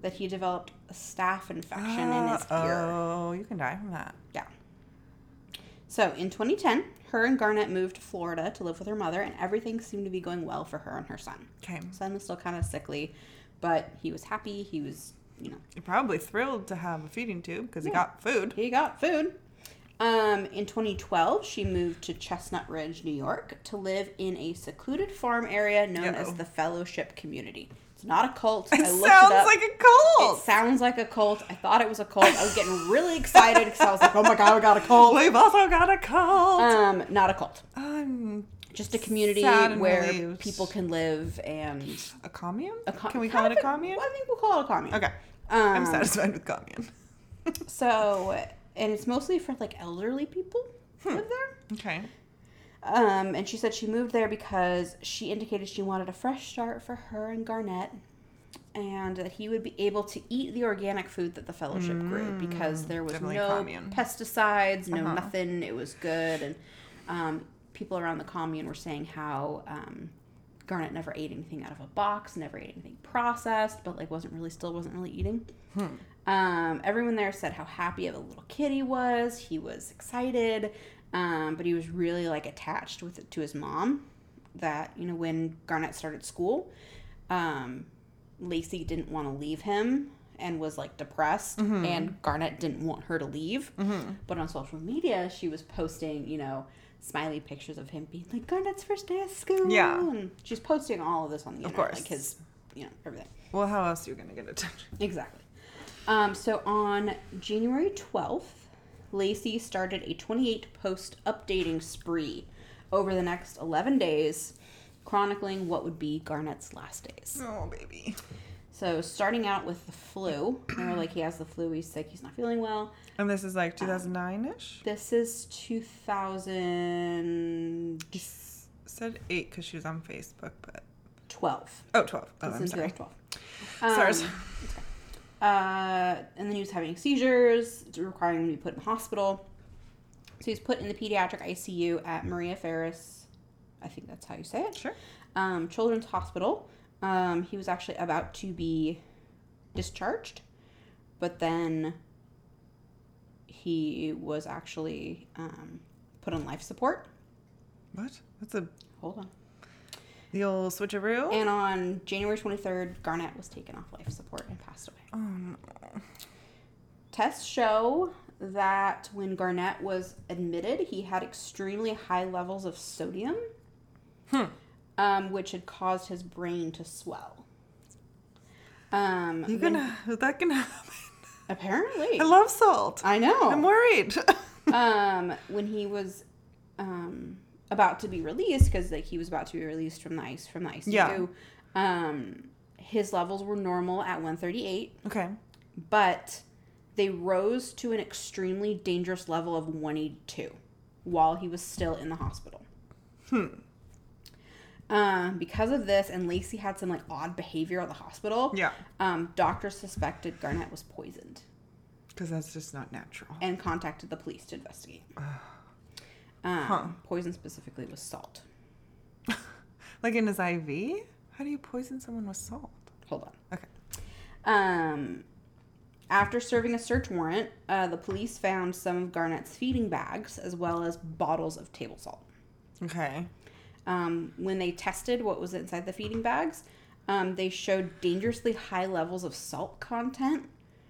Speaker 1: that he developed a staph infection in
Speaker 2: (gasps)
Speaker 1: his
Speaker 2: Ah,
Speaker 1: ear.
Speaker 2: Oh, you can die from that.
Speaker 1: Yeah. So in 2010, her and Garnett moved to Florida to live with her mother, and everything seemed to be going well for her and her son.
Speaker 2: Okay.
Speaker 1: Son was still kind of sickly, but he was happy. He was, you know,
Speaker 2: You're probably thrilled to have a feeding tube because he
Speaker 1: Yeah.
Speaker 2: got food.
Speaker 1: he got food. Um, in 2012, she moved to Chestnut Ridge, New York, to live in a secluded farm area known
Speaker 2: Yo.
Speaker 1: as the Fellowship Community. It's not a cult.
Speaker 2: It
Speaker 1: I looked
Speaker 2: sounds
Speaker 1: it up.
Speaker 2: like a cult.
Speaker 1: It sounds like a cult. I thought it was a cult. I was getting really excited because I was like, oh my god, I got a
Speaker 2: (laughs)
Speaker 1: cult.
Speaker 2: We've also got a cult.
Speaker 1: Um, not a cult.
Speaker 2: um,
Speaker 1: Just a community
Speaker 2: Sad and
Speaker 1: where
Speaker 2: relieved.
Speaker 1: people can live and
Speaker 2: a commune?
Speaker 1: a co-
Speaker 2: Can we
Speaker 1: kind
Speaker 2: call it
Speaker 1: of
Speaker 2: a commune?
Speaker 1: I think we'll call it a commune.
Speaker 2: Okay. I'm
Speaker 1: Um,
Speaker 2: satisfied with commune.
Speaker 1: So, and it's mostly for like elderly people.
Speaker 2: Hmm.
Speaker 1: live there.
Speaker 2: Okay.
Speaker 1: Um, and she said she moved there because she indicated she wanted a fresh start for her and Garnett, and that he would be able to eat the organic food that the fellowship grew because there was
Speaker 2: Mm, definitely
Speaker 1: no
Speaker 2: commune. Uh-huh.
Speaker 1: pesticides, no nothing. It was good, and um, people around the commune were saying how um, Garnett never ate anything out of a box, never ate anything processed, but like wasn't really still wasn't really eating. Um, everyone there said how happy of a little kid he was. He was excited, um, but he was really like attached with to his mom. That you know when Garnett started school, um, Lacey didn't want to leave him and was like depressed,
Speaker 2: Mm-hmm.
Speaker 1: and Garnett didn't want her to leave. But on social media, she was posting you know smiley pictures of him being like Garnett's first day of school.
Speaker 2: Yeah.
Speaker 1: and she's posting all of this on the internet,
Speaker 2: course.
Speaker 1: like his you know everything.
Speaker 2: Well, how else are you gonna get
Speaker 1: (laughs)
Speaker 2: attention?
Speaker 1: Exactly. Um, so on January 12th, Lacey started a 28 post updating spree over the next 11 days, chronicling what would be Garnett's last days.
Speaker 2: Oh, baby.
Speaker 1: So starting out with the flu, they were like, he has the flu, he's sick, he's not feeling well.
Speaker 2: And this is like 2009 ish.
Speaker 1: This is 2012.
Speaker 2: Said eight because she was on Facebook, but oh, 12. Oh,
Speaker 1: This
Speaker 2: I'm
Speaker 1: is
Speaker 2: sorry.
Speaker 1: 2012.
Speaker 2: (laughs) Sorry,
Speaker 1: Um,
Speaker 2: sorry.
Speaker 1: uh, and then he was having seizures, requiring him to be put in the hospital. So he's put in the pediatric ICU at Maria Ferris, I think that's how you say it,
Speaker 2: Sure.
Speaker 1: um, Children's Hospital. Um, he was actually about to be discharged, but then he was actually um, put on life support.
Speaker 2: What? That's a
Speaker 1: Hold on.
Speaker 2: the old switcheroo.
Speaker 1: And on January 23rd, Garnett was taken off life support and passed away.
Speaker 2: oh no.
Speaker 1: Tests show that when Garnett was admitted, he had extremely high levels of sodium,
Speaker 2: Hmm.
Speaker 1: um, which had caused his brain to swell. Um,
Speaker 2: You
Speaker 1: then-
Speaker 2: gonna (laughs) that can happen.
Speaker 1: apparently,
Speaker 2: I love salt.
Speaker 1: I know.
Speaker 2: (laughs) I'm worried.
Speaker 1: um, when he was um, about to be released, because like he was about to be released from the ice from the ICU,
Speaker 2: Yeah.
Speaker 1: um, his levels were normal at 138.
Speaker 2: okay.
Speaker 1: but they rose to an extremely dangerous level of 182 while he was still in the hospital. Hmm. Um, because of this, and Lacey had some like odd behavior at the hospital.
Speaker 2: Yeah.
Speaker 1: Um, doctors suspected Garnett was poisoned
Speaker 2: Because that's just not natural.
Speaker 1: and contacted the police to investigate. Um, Poison specifically was salt.
Speaker 2: Like in his IV? How do you poison someone with salt?
Speaker 1: Hold on.
Speaker 2: Okay.
Speaker 1: Um, after serving a search warrant, uh, the police found some of Garnett's feeding bags as well as bottles of table salt.
Speaker 2: Okay.
Speaker 1: um, when they tested what was inside the feeding bags, um, they showed dangerously high levels of salt content,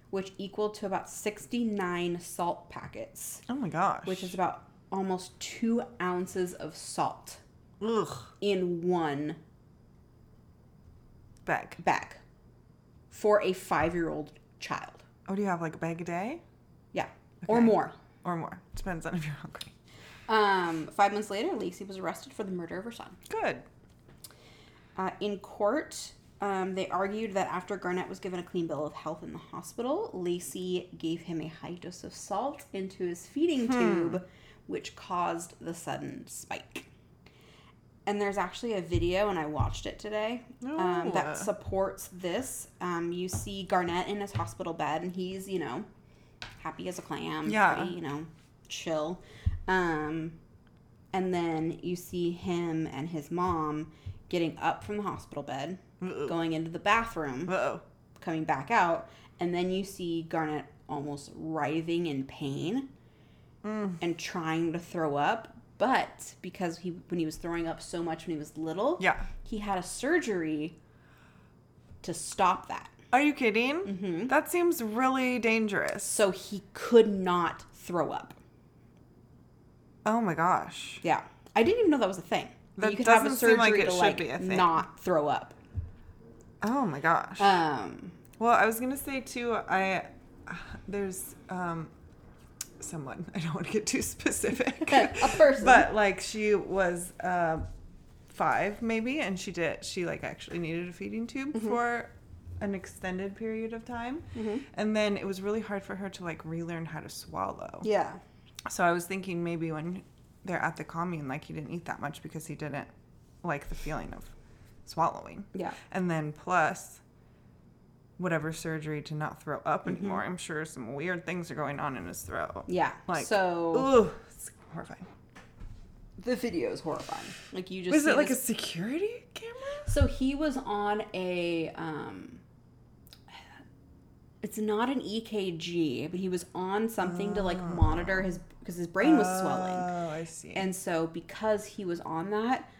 Speaker 1: which equal to about 69 salt packets,
Speaker 2: Oh my gosh.
Speaker 1: which is about almost two ounces of salt
Speaker 2: ugh.
Speaker 1: in one
Speaker 2: Bag.
Speaker 1: bag for a five year old child.
Speaker 2: Oh, do you have like a bag a day
Speaker 1: Yeah, or
Speaker 2: Okay.
Speaker 1: more.
Speaker 2: or more? Depends on if you're hungry.
Speaker 1: Um, five months later, Lacey was arrested for the murder of her son.
Speaker 2: Good.
Speaker 1: Uh, in court, um, they argued that after Garnett was given a clean bill of health in the hospital, Lacey gave him a high dose of salt into his feeding tube, which caused the sudden spike. And there's actually a video, and I watched it today, um,
Speaker 2: Ooh.
Speaker 1: that supports this. Um, you see Garnett in his hospital bed, and he's, you know, happy as a clam.
Speaker 2: Yeah.
Speaker 1: pretty, you know, chill. Um, and then you see him and his mom getting up from the hospital bed,
Speaker 2: Uh-oh.
Speaker 1: going into the bathroom,
Speaker 2: Whoa.
Speaker 1: coming back out, and then you see Garnet almost writhing in pain
Speaker 2: Mm.
Speaker 1: and trying to throw up. But because he when he was throwing up so much when he was little,
Speaker 2: Yeah.
Speaker 1: he had a surgery to stop that.
Speaker 2: Are you kidding? Mm-hmm. That seems really dangerous.
Speaker 1: So he could not throw up.
Speaker 2: Oh my gosh.
Speaker 1: Yeah. I didn't even know that was a thing.
Speaker 2: That
Speaker 1: you could have a
Speaker 2: doesn't seem like
Speaker 1: surgery
Speaker 2: it
Speaker 1: to
Speaker 2: should
Speaker 1: like
Speaker 2: be a thing.
Speaker 1: not throw up.
Speaker 2: Oh my gosh.
Speaker 1: Um,
Speaker 2: Well, I was gonna say too. I there's um someone. (laughs) I don't want to get too specific.
Speaker 1: (laughs) A person.
Speaker 2: But like she was uh, five maybe, and she did. She like actually needed a feeding tube for an extended
Speaker 1: Mm-hmm.
Speaker 2: period of time, and then it was really hard for her to like relearn how to swallow.
Speaker 1: yeah.
Speaker 2: So I was thinking maybe when they're at the commune, like he didn't eat that much because he didn't like the feeling of swallowing.
Speaker 1: Yeah.
Speaker 2: And then plus whatever surgery to not throw up
Speaker 1: Mm-hmm.
Speaker 2: anymore. I'm sure some weird things are going on in his throat.
Speaker 1: Yeah.
Speaker 2: Like
Speaker 1: so
Speaker 2: Ugh, it's horrifying.
Speaker 1: the video is horrifying. Like you just
Speaker 2: Was
Speaker 1: see
Speaker 2: it like
Speaker 1: this-
Speaker 2: a security camera?
Speaker 1: So he was on a um it's not an EKG, but he was on something to like monitor his because his brain was swelling.
Speaker 2: Oh, I see.
Speaker 1: And so because he was on that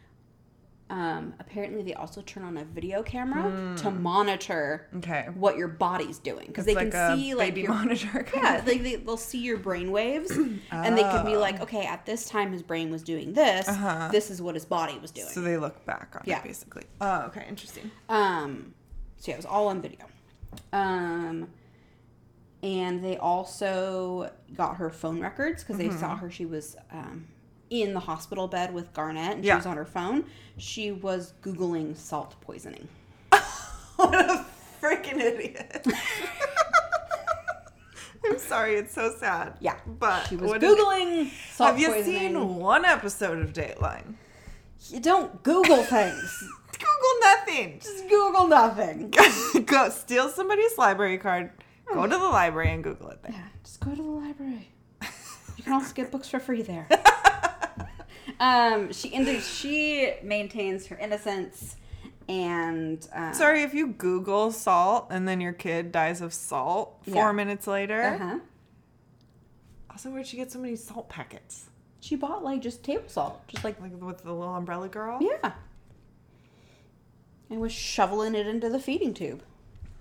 Speaker 1: um apparently they also turn on a video camera to monitor
Speaker 2: okay.
Speaker 1: what your body's doing because they
Speaker 2: Hmm. Mm. It's
Speaker 1: can
Speaker 2: a
Speaker 1: see like
Speaker 2: baby
Speaker 1: your
Speaker 2: monitor. kind (laughs)
Speaker 1: yeah, like they, they'll see your brain
Speaker 2: (clears throat)
Speaker 1: waves, and they can be
Speaker 2: Oh.
Speaker 1: like, okay, at this time his brain was doing this.
Speaker 2: Uh-huh.
Speaker 1: This is what his body was doing.
Speaker 2: of- So they look back on
Speaker 1: Yeah.
Speaker 2: it basically. Oh, okay,
Speaker 1: (laughs)
Speaker 2: interesting.
Speaker 1: Um, so yeah, it was all on video. Um, and they also got her phone records because
Speaker 2: Mm-hmm.
Speaker 1: they saw her. She was um, in the hospital bed with Garnett, and she
Speaker 2: Yeah.
Speaker 1: was on her phone. She was googling salt poisoning.
Speaker 2: What a freaking idiot. (laughs) I'm sorry, it's so sad.
Speaker 1: Yeah,
Speaker 2: But
Speaker 1: she was
Speaker 2: what an-
Speaker 1: googling salt
Speaker 2: Have you
Speaker 1: poisoning.
Speaker 2: seen one episode of Dateline? (laughs)
Speaker 1: You don't Google things.
Speaker 2: Google nothing.
Speaker 1: Just Google nothing.
Speaker 2: Just (laughs) go steal somebody's library card, go to the library and Google it there.
Speaker 1: Yeah, (coughs) just go to the library. You can also get books for free there. um, she ended, she maintains her innocence, and um,
Speaker 2: Sorry, if you Google salt and then your kid dies of salt four
Speaker 1: Yeah.
Speaker 2: minutes later.
Speaker 1: uh-huh.
Speaker 2: Also, where'd she get so many salt packets?
Speaker 1: she bought like just table salt, just like
Speaker 2: Like with the little umbrella girl?
Speaker 1: yeah, and was shoveling it into the feeding tube.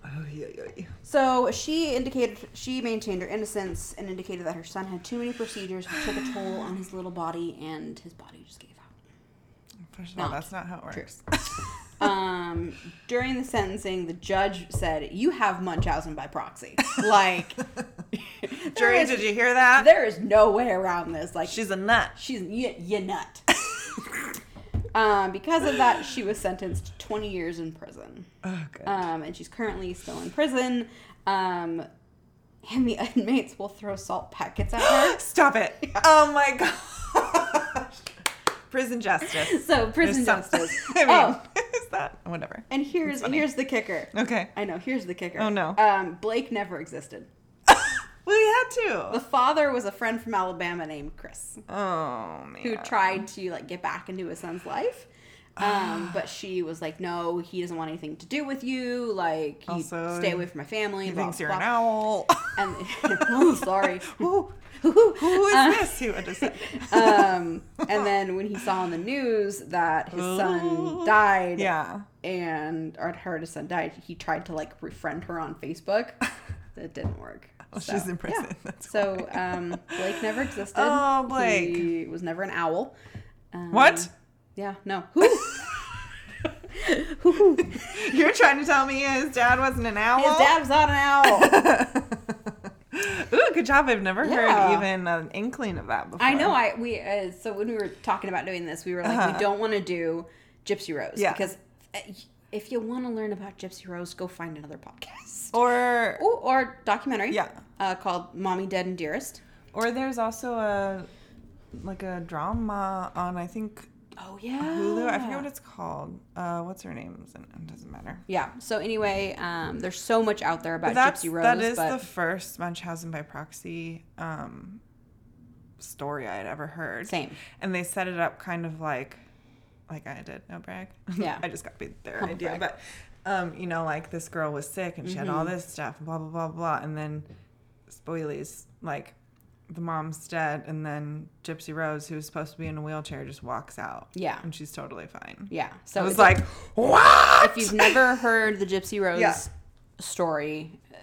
Speaker 2: Oh, yeah, yeah, yeah.
Speaker 1: So she indicated she maintained her innocence and indicated that her son had too many procedures, which took a toll on his little body, and his body just gave out.
Speaker 2: First of all,
Speaker 1: Not
Speaker 2: that's not how it works.
Speaker 1: (laughs) um, during the sentencing, the judge said, "You have Munchausen by
Speaker 2: (laughs)
Speaker 1: proxy. Like, there
Speaker 2: Jury,
Speaker 1: is,
Speaker 2: did you hear that?
Speaker 1: there is no way around this. Like,
Speaker 2: She's a nut.
Speaker 1: she's you, you
Speaker 2: (laughs)
Speaker 1: nut." um, because of that, she was sentenced to 20 years in prison,
Speaker 2: Oh, good.
Speaker 1: um, and she's currently still in prison. Um, and the inmates will throw salt packets at her.
Speaker 2: (gasps) Stop it. Oh my (laughs) gosh. Prison justice.
Speaker 1: So prison
Speaker 2: There's some-
Speaker 1: justice.
Speaker 2: (laughs) I mean,
Speaker 1: Oh,
Speaker 2: is that whatever?
Speaker 1: and here's here's the kicker.
Speaker 2: Okay.
Speaker 1: I know. Here's the kicker.
Speaker 2: Oh, no.
Speaker 1: Um, Blake never existed.
Speaker 2: well, he had
Speaker 1: The
Speaker 2: to.
Speaker 1: father was a friend from Alabama named Chris,
Speaker 2: Oh man.
Speaker 1: who tried to like get back into his son's life.
Speaker 2: (sighs)
Speaker 1: Um, but she was like, "No, he doesn't want anything to do with you. Like, you
Speaker 2: Also,
Speaker 1: stay away from my family."
Speaker 2: He
Speaker 1: blah,
Speaker 2: thinks you're
Speaker 1: blah,
Speaker 2: an owl.
Speaker 1: blah. And (laughs) Uh, oh, sorry.
Speaker 2: (laughs) Who, who is this? He would
Speaker 1: (laughs)
Speaker 2: have said.
Speaker 1: um, and then when he saw on the news that his son
Speaker 2: (laughs) Ooh.
Speaker 1: died,
Speaker 2: Yeah.
Speaker 1: and or her his son died, he tried to like befriend her on
Speaker 2: (laughs)
Speaker 1: Facebook. That didn't work.
Speaker 2: Well, Oh, she's in prison, (laughs) that's
Speaker 1: so um, Blake never existed.
Speaker 2: Oh, Blake.
Speaker 1: He was never an owl. Um,
Speaker 2: What?
Speaker 1: Yeah, no.
Speaker 2: (laughs)
Speaker 1: Who? Who?
Speaker 2: You're trying to tell me his dad wasn't an owl?
Speaker 1: His dad was not an
Speaker 2: (laughs)
Speaker 1: owl.
Speaker 2: Ooh, good job. I've never
Speaker 1: Yeah.
Speaker 2: heard even an inkling of that before.
Speaker 1: I know. I we uh, so when we were talking about doing this, we were like, we don't want to do Gypsy Rose
Speaker 2: Uh-huh. Yeah.
Speaker 1: because uh, if you want to learn about Gypsy Rose, go find another podcast
Speaker 2: Or
Speaker 1: Ooh, or documentary.
Speaker 2: Yeah.
Speaker 1: uh, called "Mommy Dead and Dearest."
Speaker 2: or there's also a like a drama on I think
Speaker 1: Oh yeah,
Speaker 2: Hulu. I
Speaker 1: Ah.
Speaker 2: forget what it's called. Uh, what's her name? It doesn't matter.
Speaker 1: Yeah. So anyway, um, there's so much out there about
Speaker 2: That's
Speaker 1: Gypsy Rose,
Speaker 2: that is
Speaker 1: but
Speaker 2: the first Munchausen by proxy um, story I had ever heard.
Speaker 1: Same.
Speaker 2: And they set it up kind of like like I did. No brag.
Speaker 1: Yeah.
Speaker 2: (laughs) I just copied their
Speaker 1: Humble
Speaker 2: idea,
Speaker 1: brag. Mm-hmm.
Speaker 2: but um, you know, like this girl was sick and she had all this stuff, blah blah blah blah, and then spoilies like. The mom's dead, and then Gypsy Rose, who was supposed to be in a wheelchair, just walks out.
Speaker 1: Yeah.
Speaker 2: and she's totally fine.
Speaker 1: yeah.
Speaker 2: Mm. I
Speaker 1: So
Speaker 2: was
Speaker 1: it's-
Speaker 2: like, what?
Speaker 1: if you've never heard the Gypsy Rose
Speaker 2: Yeah.
Speaker 1: story, uh,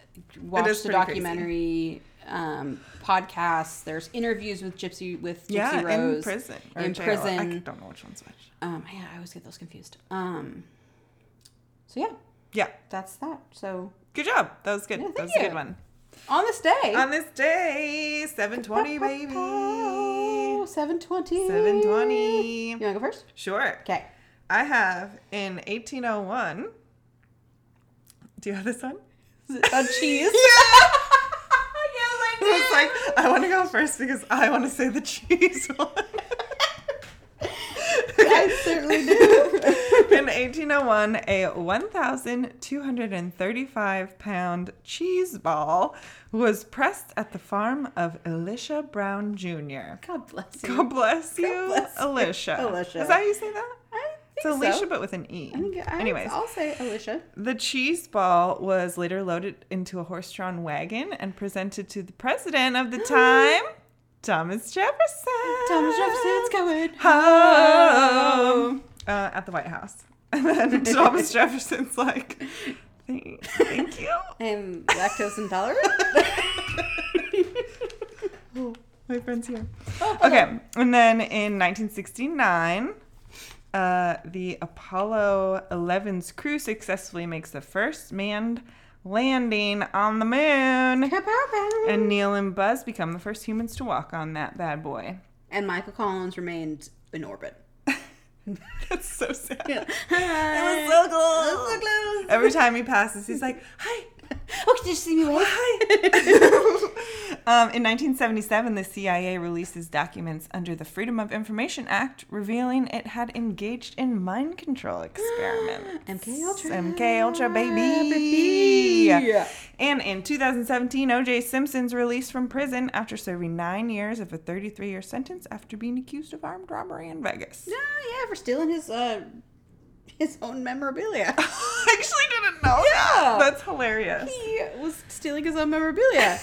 Speaker 1: watch
Speaker 2: is
Speaker 1: the
Speaker 2: pretty crazy.
Speaker 1: documentary um, podcasts. There's interviews with Gypsy with Gypsy
Speaker 2: yeah,
Speaker 1: Rose
Speaker 2: in prison. or
Speaker 1: in
Speaker 2: jail. I
Speaker 1: prison.
Speaker 2: don't know which one's which.
Speaker 1: Um, yeah, I always get those confused. Um, so yeah,
Speaker 2: Yeah.
Speaker 1: that's that. So
Speaker 2: Good job. That was good.
Speaker 1: Yeah,
Speaker 2: that
Speaker 1: thank
Speaker 2: was a
Speaker 1: you.
Speaker 2: good one.
Speaker 1: on this day,
Speaker 2: On this day, 720, baby.
Speaker 1: (laughs) seven twenty.
Speaker 2: 720.
Speaker 1: You want to go first?
Speaker 2: Sure.
Speaker 1: Okay.
Speaker 2: I have in 1801.
Speaker 1: (laughs)
Speaker 2: Do you have this one?
Speaker 1: Is it on cheese?
Speaker 2: yes, I was like, I want to go first because I want to say the cheese
Speaker 1: (laughs)
Speaker 2: (laughs) one.
Speaker 1: (laughs) I certainly do.
Speaker 2: In 1801, a 1,235 pound cheese ball was pressed at the farm of Elisha Brown Jr.
Speaker 1: God bless you.
Speaker 2: God bless you,
Speaker 1: bless you,
Speaker 2: Alicia.
Speaker 1: Alicia.
Speaker 2: Is that how you say that?
Speaker 1: I
Speaker 2: It's
Speaker 1: think
Speaker 2: Alicia,
Speaker 1: so.
Speaker 2: but with an E.
Speaker 1: I think I,
Speaker 2: Anyways,
Speaker 1: I'll say Alicia.
Speaker 2: the cheese ball was later loaded into a horse drawn wagon and presented to the
Speaker 1: (gasps)
Speaker 2: president of the time, Thomas Jefferson.
Speaker 1: Thomas Jefferson's going
Speaker 2: home. Uh, at the White House. (laughs)
Speaker 1: (laughs)
Speaker 2: And then Thomas Jefferson's like, thank,
Speaker 1: (laughs)
Speaker 2: thank you.
Speaker 1: I'm lactose intolerant.
Speaker 2: Oh, (laughs) my friend's here.
Speaker 1: Oh,
Speaker 2: Okay. And then in 1969, uh, the Apollo 11's crew successfully makes the first manned landing on the moon.
Speaker 1: and,
Speaker 2: And Neil and Buzz become the first humans to walk on that bad boy.
Speaker 1: Michael Collins remained in orbit.
Speaker 2: (laughs) That's so sad.
Speaker 1: Hi.
Speaker 2: so
Speaker 1: It
Speaker 2: close.
Speaker 1: was so close.
Speaker 2: Every time he passes, he's like, hi,
Speaker 1: Oh, did you see me wave? (laughs)
Speaker 2: um, in 1977, the CIA releases documents under the Freedom of Information Act, revealing it had engaged in mind control
Speaker 1: (gasps)
Speaker 2: experiments.
Speaker 1: MK Ultra. Ah,
Speaker 2: MK Ultra, baby.
Speaker 1: Baby.
Speaker 2: And in 2017, O.J. Simpson's released from prison after serving nine years of a 33-year sentence after being accused of armed robbery in Vegas.
Speaker 1: No, yeah, for stealing his uh his own memorabilia. (laughs)
Speaker 2: (laughs) I actually didn't know
Speaker 1: Yeah.
Speaker 2: that. That's (laughs) hilarious.
Speaker 1: he was stealing his own memorabilia.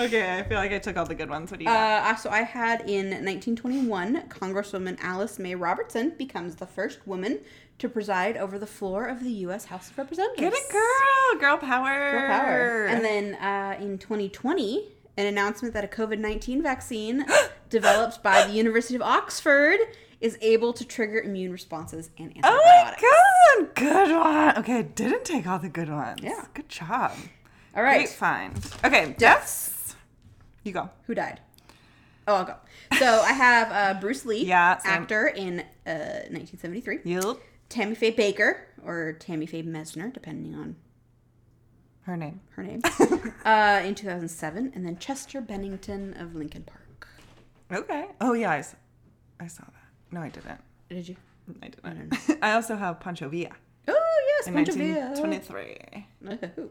Speaker 2: okay, I feel like I took all the good ones. What do you got?
Speaker 1: Uh, so I had in 1921, Congresswoman Alice Mae Robertson becomes the first woman to preside over the floor of the U.S. House of Representatives.
Speaker 2: Get it, girl! Girl power!
Speaker 1: Girl power. And then uh, in 2020, an announcement that a COVID 19
Speaker 2: (gasps)
Speaker 1: vaccine developed by the University of Oxford is able to trigger immune responses and antibiotics.
Speaker 2: oh my god! Good one! Okay, I didn't take all the good ones.
Speaker 1: Yeah.
Speaker 2: Good job.
Speaker 1: All
Speaker 2: Great
Speaker 1: right.
Speaker 2: find. Okay, deaths. You go.
Speaker 1: Who died? Oh, I'll go. So I have uh, Bruce Lee,
Speaker 2: Yeah, same.
Speaker 1: actor in uh, 1973.
Speaker 2: Yep.
Speaker 1: Tammy Faye Baker, or Tammy Faye Mesner, depending on
Speaker 2: Her name.
Speaker 1: her (laughs) name, uh, in 2007. And then Chester Bennington of Lincoln Park.
Speaker 2: Okay. Oh yeah, I, s- I saw that. No, I didn't.
Speaker 1: Did you?
Speaker 2: I didn't. (laughs) I also have Pancho Villa
Speaker 1: Oh, yes,
Speaker 2: in
Speaker 1: Pancho Villa.
Speaker 2: 1923.
Speaker 1: Ooh.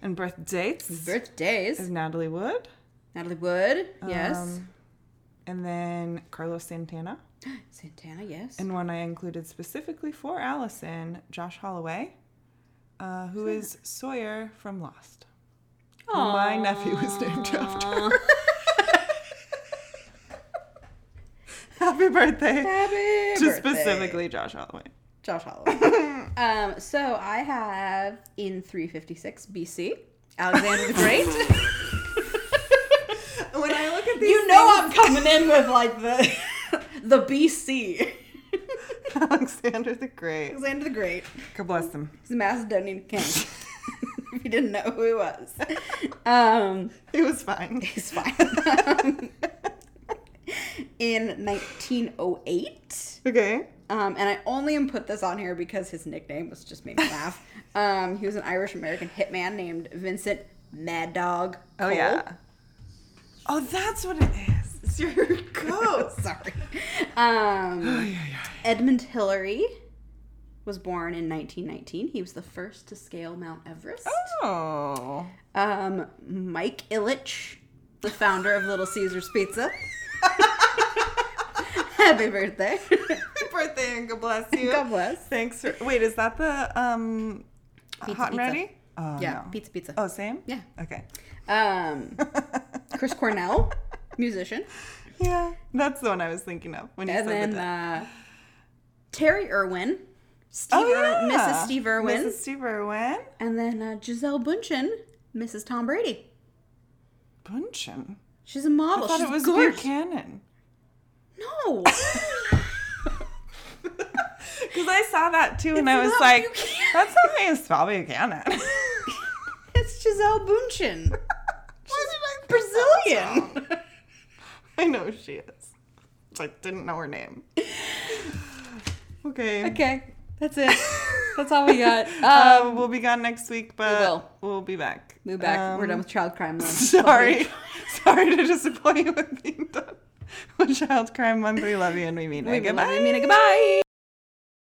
Speaker 2: And birth dates is
Speaker 1: (laughs) Birthdays.
Speaker 2: Natalie Wood.
Speaker 1: Natalie Wood, yes.
Speaker 2: Um, and then Carlos Santana.
Speaker 1: Santana, yes.
Speaker 2: And one I included specifically for Allison, Josh Holloway, uh, who is Sawyer from Lost. My nephew is named after. (laughs) her. Happy birthday
Speaker 1: Happy (laughs)
Speaker 2: to
Speaker 1: birthday.
Speaker 2: specifically Josh Holloway.
Speaker 1: Josh (laughs) Holloway. um, so I have in 356 BC, Alexander the (laughs) Great.
Speaker 2: When I look at
Speaker 1: you know I'm coming in with like the (laughs) the (laughs) BC.
Speaker 2: (laughs) Alexander the Great,
Speaker 1: Alexander the Great.
Speaker 2: God bless him. (laughs)
Speaker 1: He's a Macedonian king. (laughs) if you didn't know who he was. Um,
Speaker 2: He was fine.
Speaker 1: he's fine. (laughs) in 1908.
Speaker 2: Okay.
Speaker 1: Um, and I only am put this on here because his nickname was just made me
Speaker 2: (laughs)
Speaker 1: laugh. um, he was an Irish American hitman named Vincent Mad Dog.
Speaker 2: Oh
Speaker 1: Cole.
Speaker 2: yeah. Oh, that's what it is.
Speaker 1: (laughs)
Speaker 2: It's your ghost.
Speaker 1: Sorry. Um,
Speaker 2: Ay, ay, ay.
Speaker 1: Edmund Hillary was born in 1919. He was the first to scale Mount Everest.
Speaker 2: Oh.
Speaker 1: Um, Mike Ilitch, the founder of Little Caesars
Speaker 2: (laughs)
Speaker 1: Pizza. Happy birthday.
Speaker 2: Happy birthday and God bless you.
Speaker 1: God bless.
Speaker 2: Thanks for wait. Is that the um
Speaker 1: Pizza,
Speaker 2: hot and
Speaker 1: pizza.
Speaker 2: ready? Oh,
Speaker 1: Yeah,
Speaker 2: no.
Speaker 1: pizza, pizza.
Speaker 2: Oh, same.
Speaker 1: Yeah.
Speaker 2: Okay.
Speaker 1: Um, Chris Cornell, musician.
Speaker 2: yeah, that's the one I was thinking of when you
Speaker 1: And
Speaker 2: said
Speaker 1: then
Speaker 2: the.
Speaker 1: uh, Terry Irwin, Steve
Speaker 2: Oh,
Speaker 1: Ir-
Speaker 2: yeah.
Speaker 1: Mrs. Steve Irwin,
Speaker 2: Mrs. Steve Irwin.
Speaker 1: and then uh, Giselle Bundchen, Mrs. Tom Brady.
Speaker 2: Bunchen.
Speaker 1: She's a model.
Speaker 2: I thought
Speaker 1: She's
Speaker 2: it was
Speaker 1: gorgeous.
Speaker 2: Buchanan. (laughs)
Speaker 1: No, (laughs)
Speaker 2: Because I saw that too,
Speaker 1: It's
Speaker 2: and I was
Speaker 1: not
Speaker 2: like,
Speaker 1: Buchanan.
Speaker 2: "That's not how you
Speaker 1: (laughs)
Speaker 2: spell Buchanan."
Speaker 1: it's Giselle Bundchen.
Speaker 2: She's
Speaker 1: Brazilian.
Speaker 2: I
Speaker 1: (laughs)
Speaker 2: know she is. I didn't know her name. (laughs) Okay.
Speaker 1: okay. That's it. That's all we got. Um,
Speaker 2: (laughs) Um, we'll be gone next week, but
Speaker 1: will.
Speaker 2: we'll be back.
Speaker 1: move back. We're
Speaker 2: Um,
Speaker 1: done
Speaker 2: (laughs)
Speaker 1: with child crime. Then.
Speaker 2: Sorry. (laughs) sorry to disappoint you with being done with Child Crime Month. We love you and we mean it.
Speaker 1: We love
Speaker 2: Goodbye.
Speaker 1: you, Mina. Goodbye.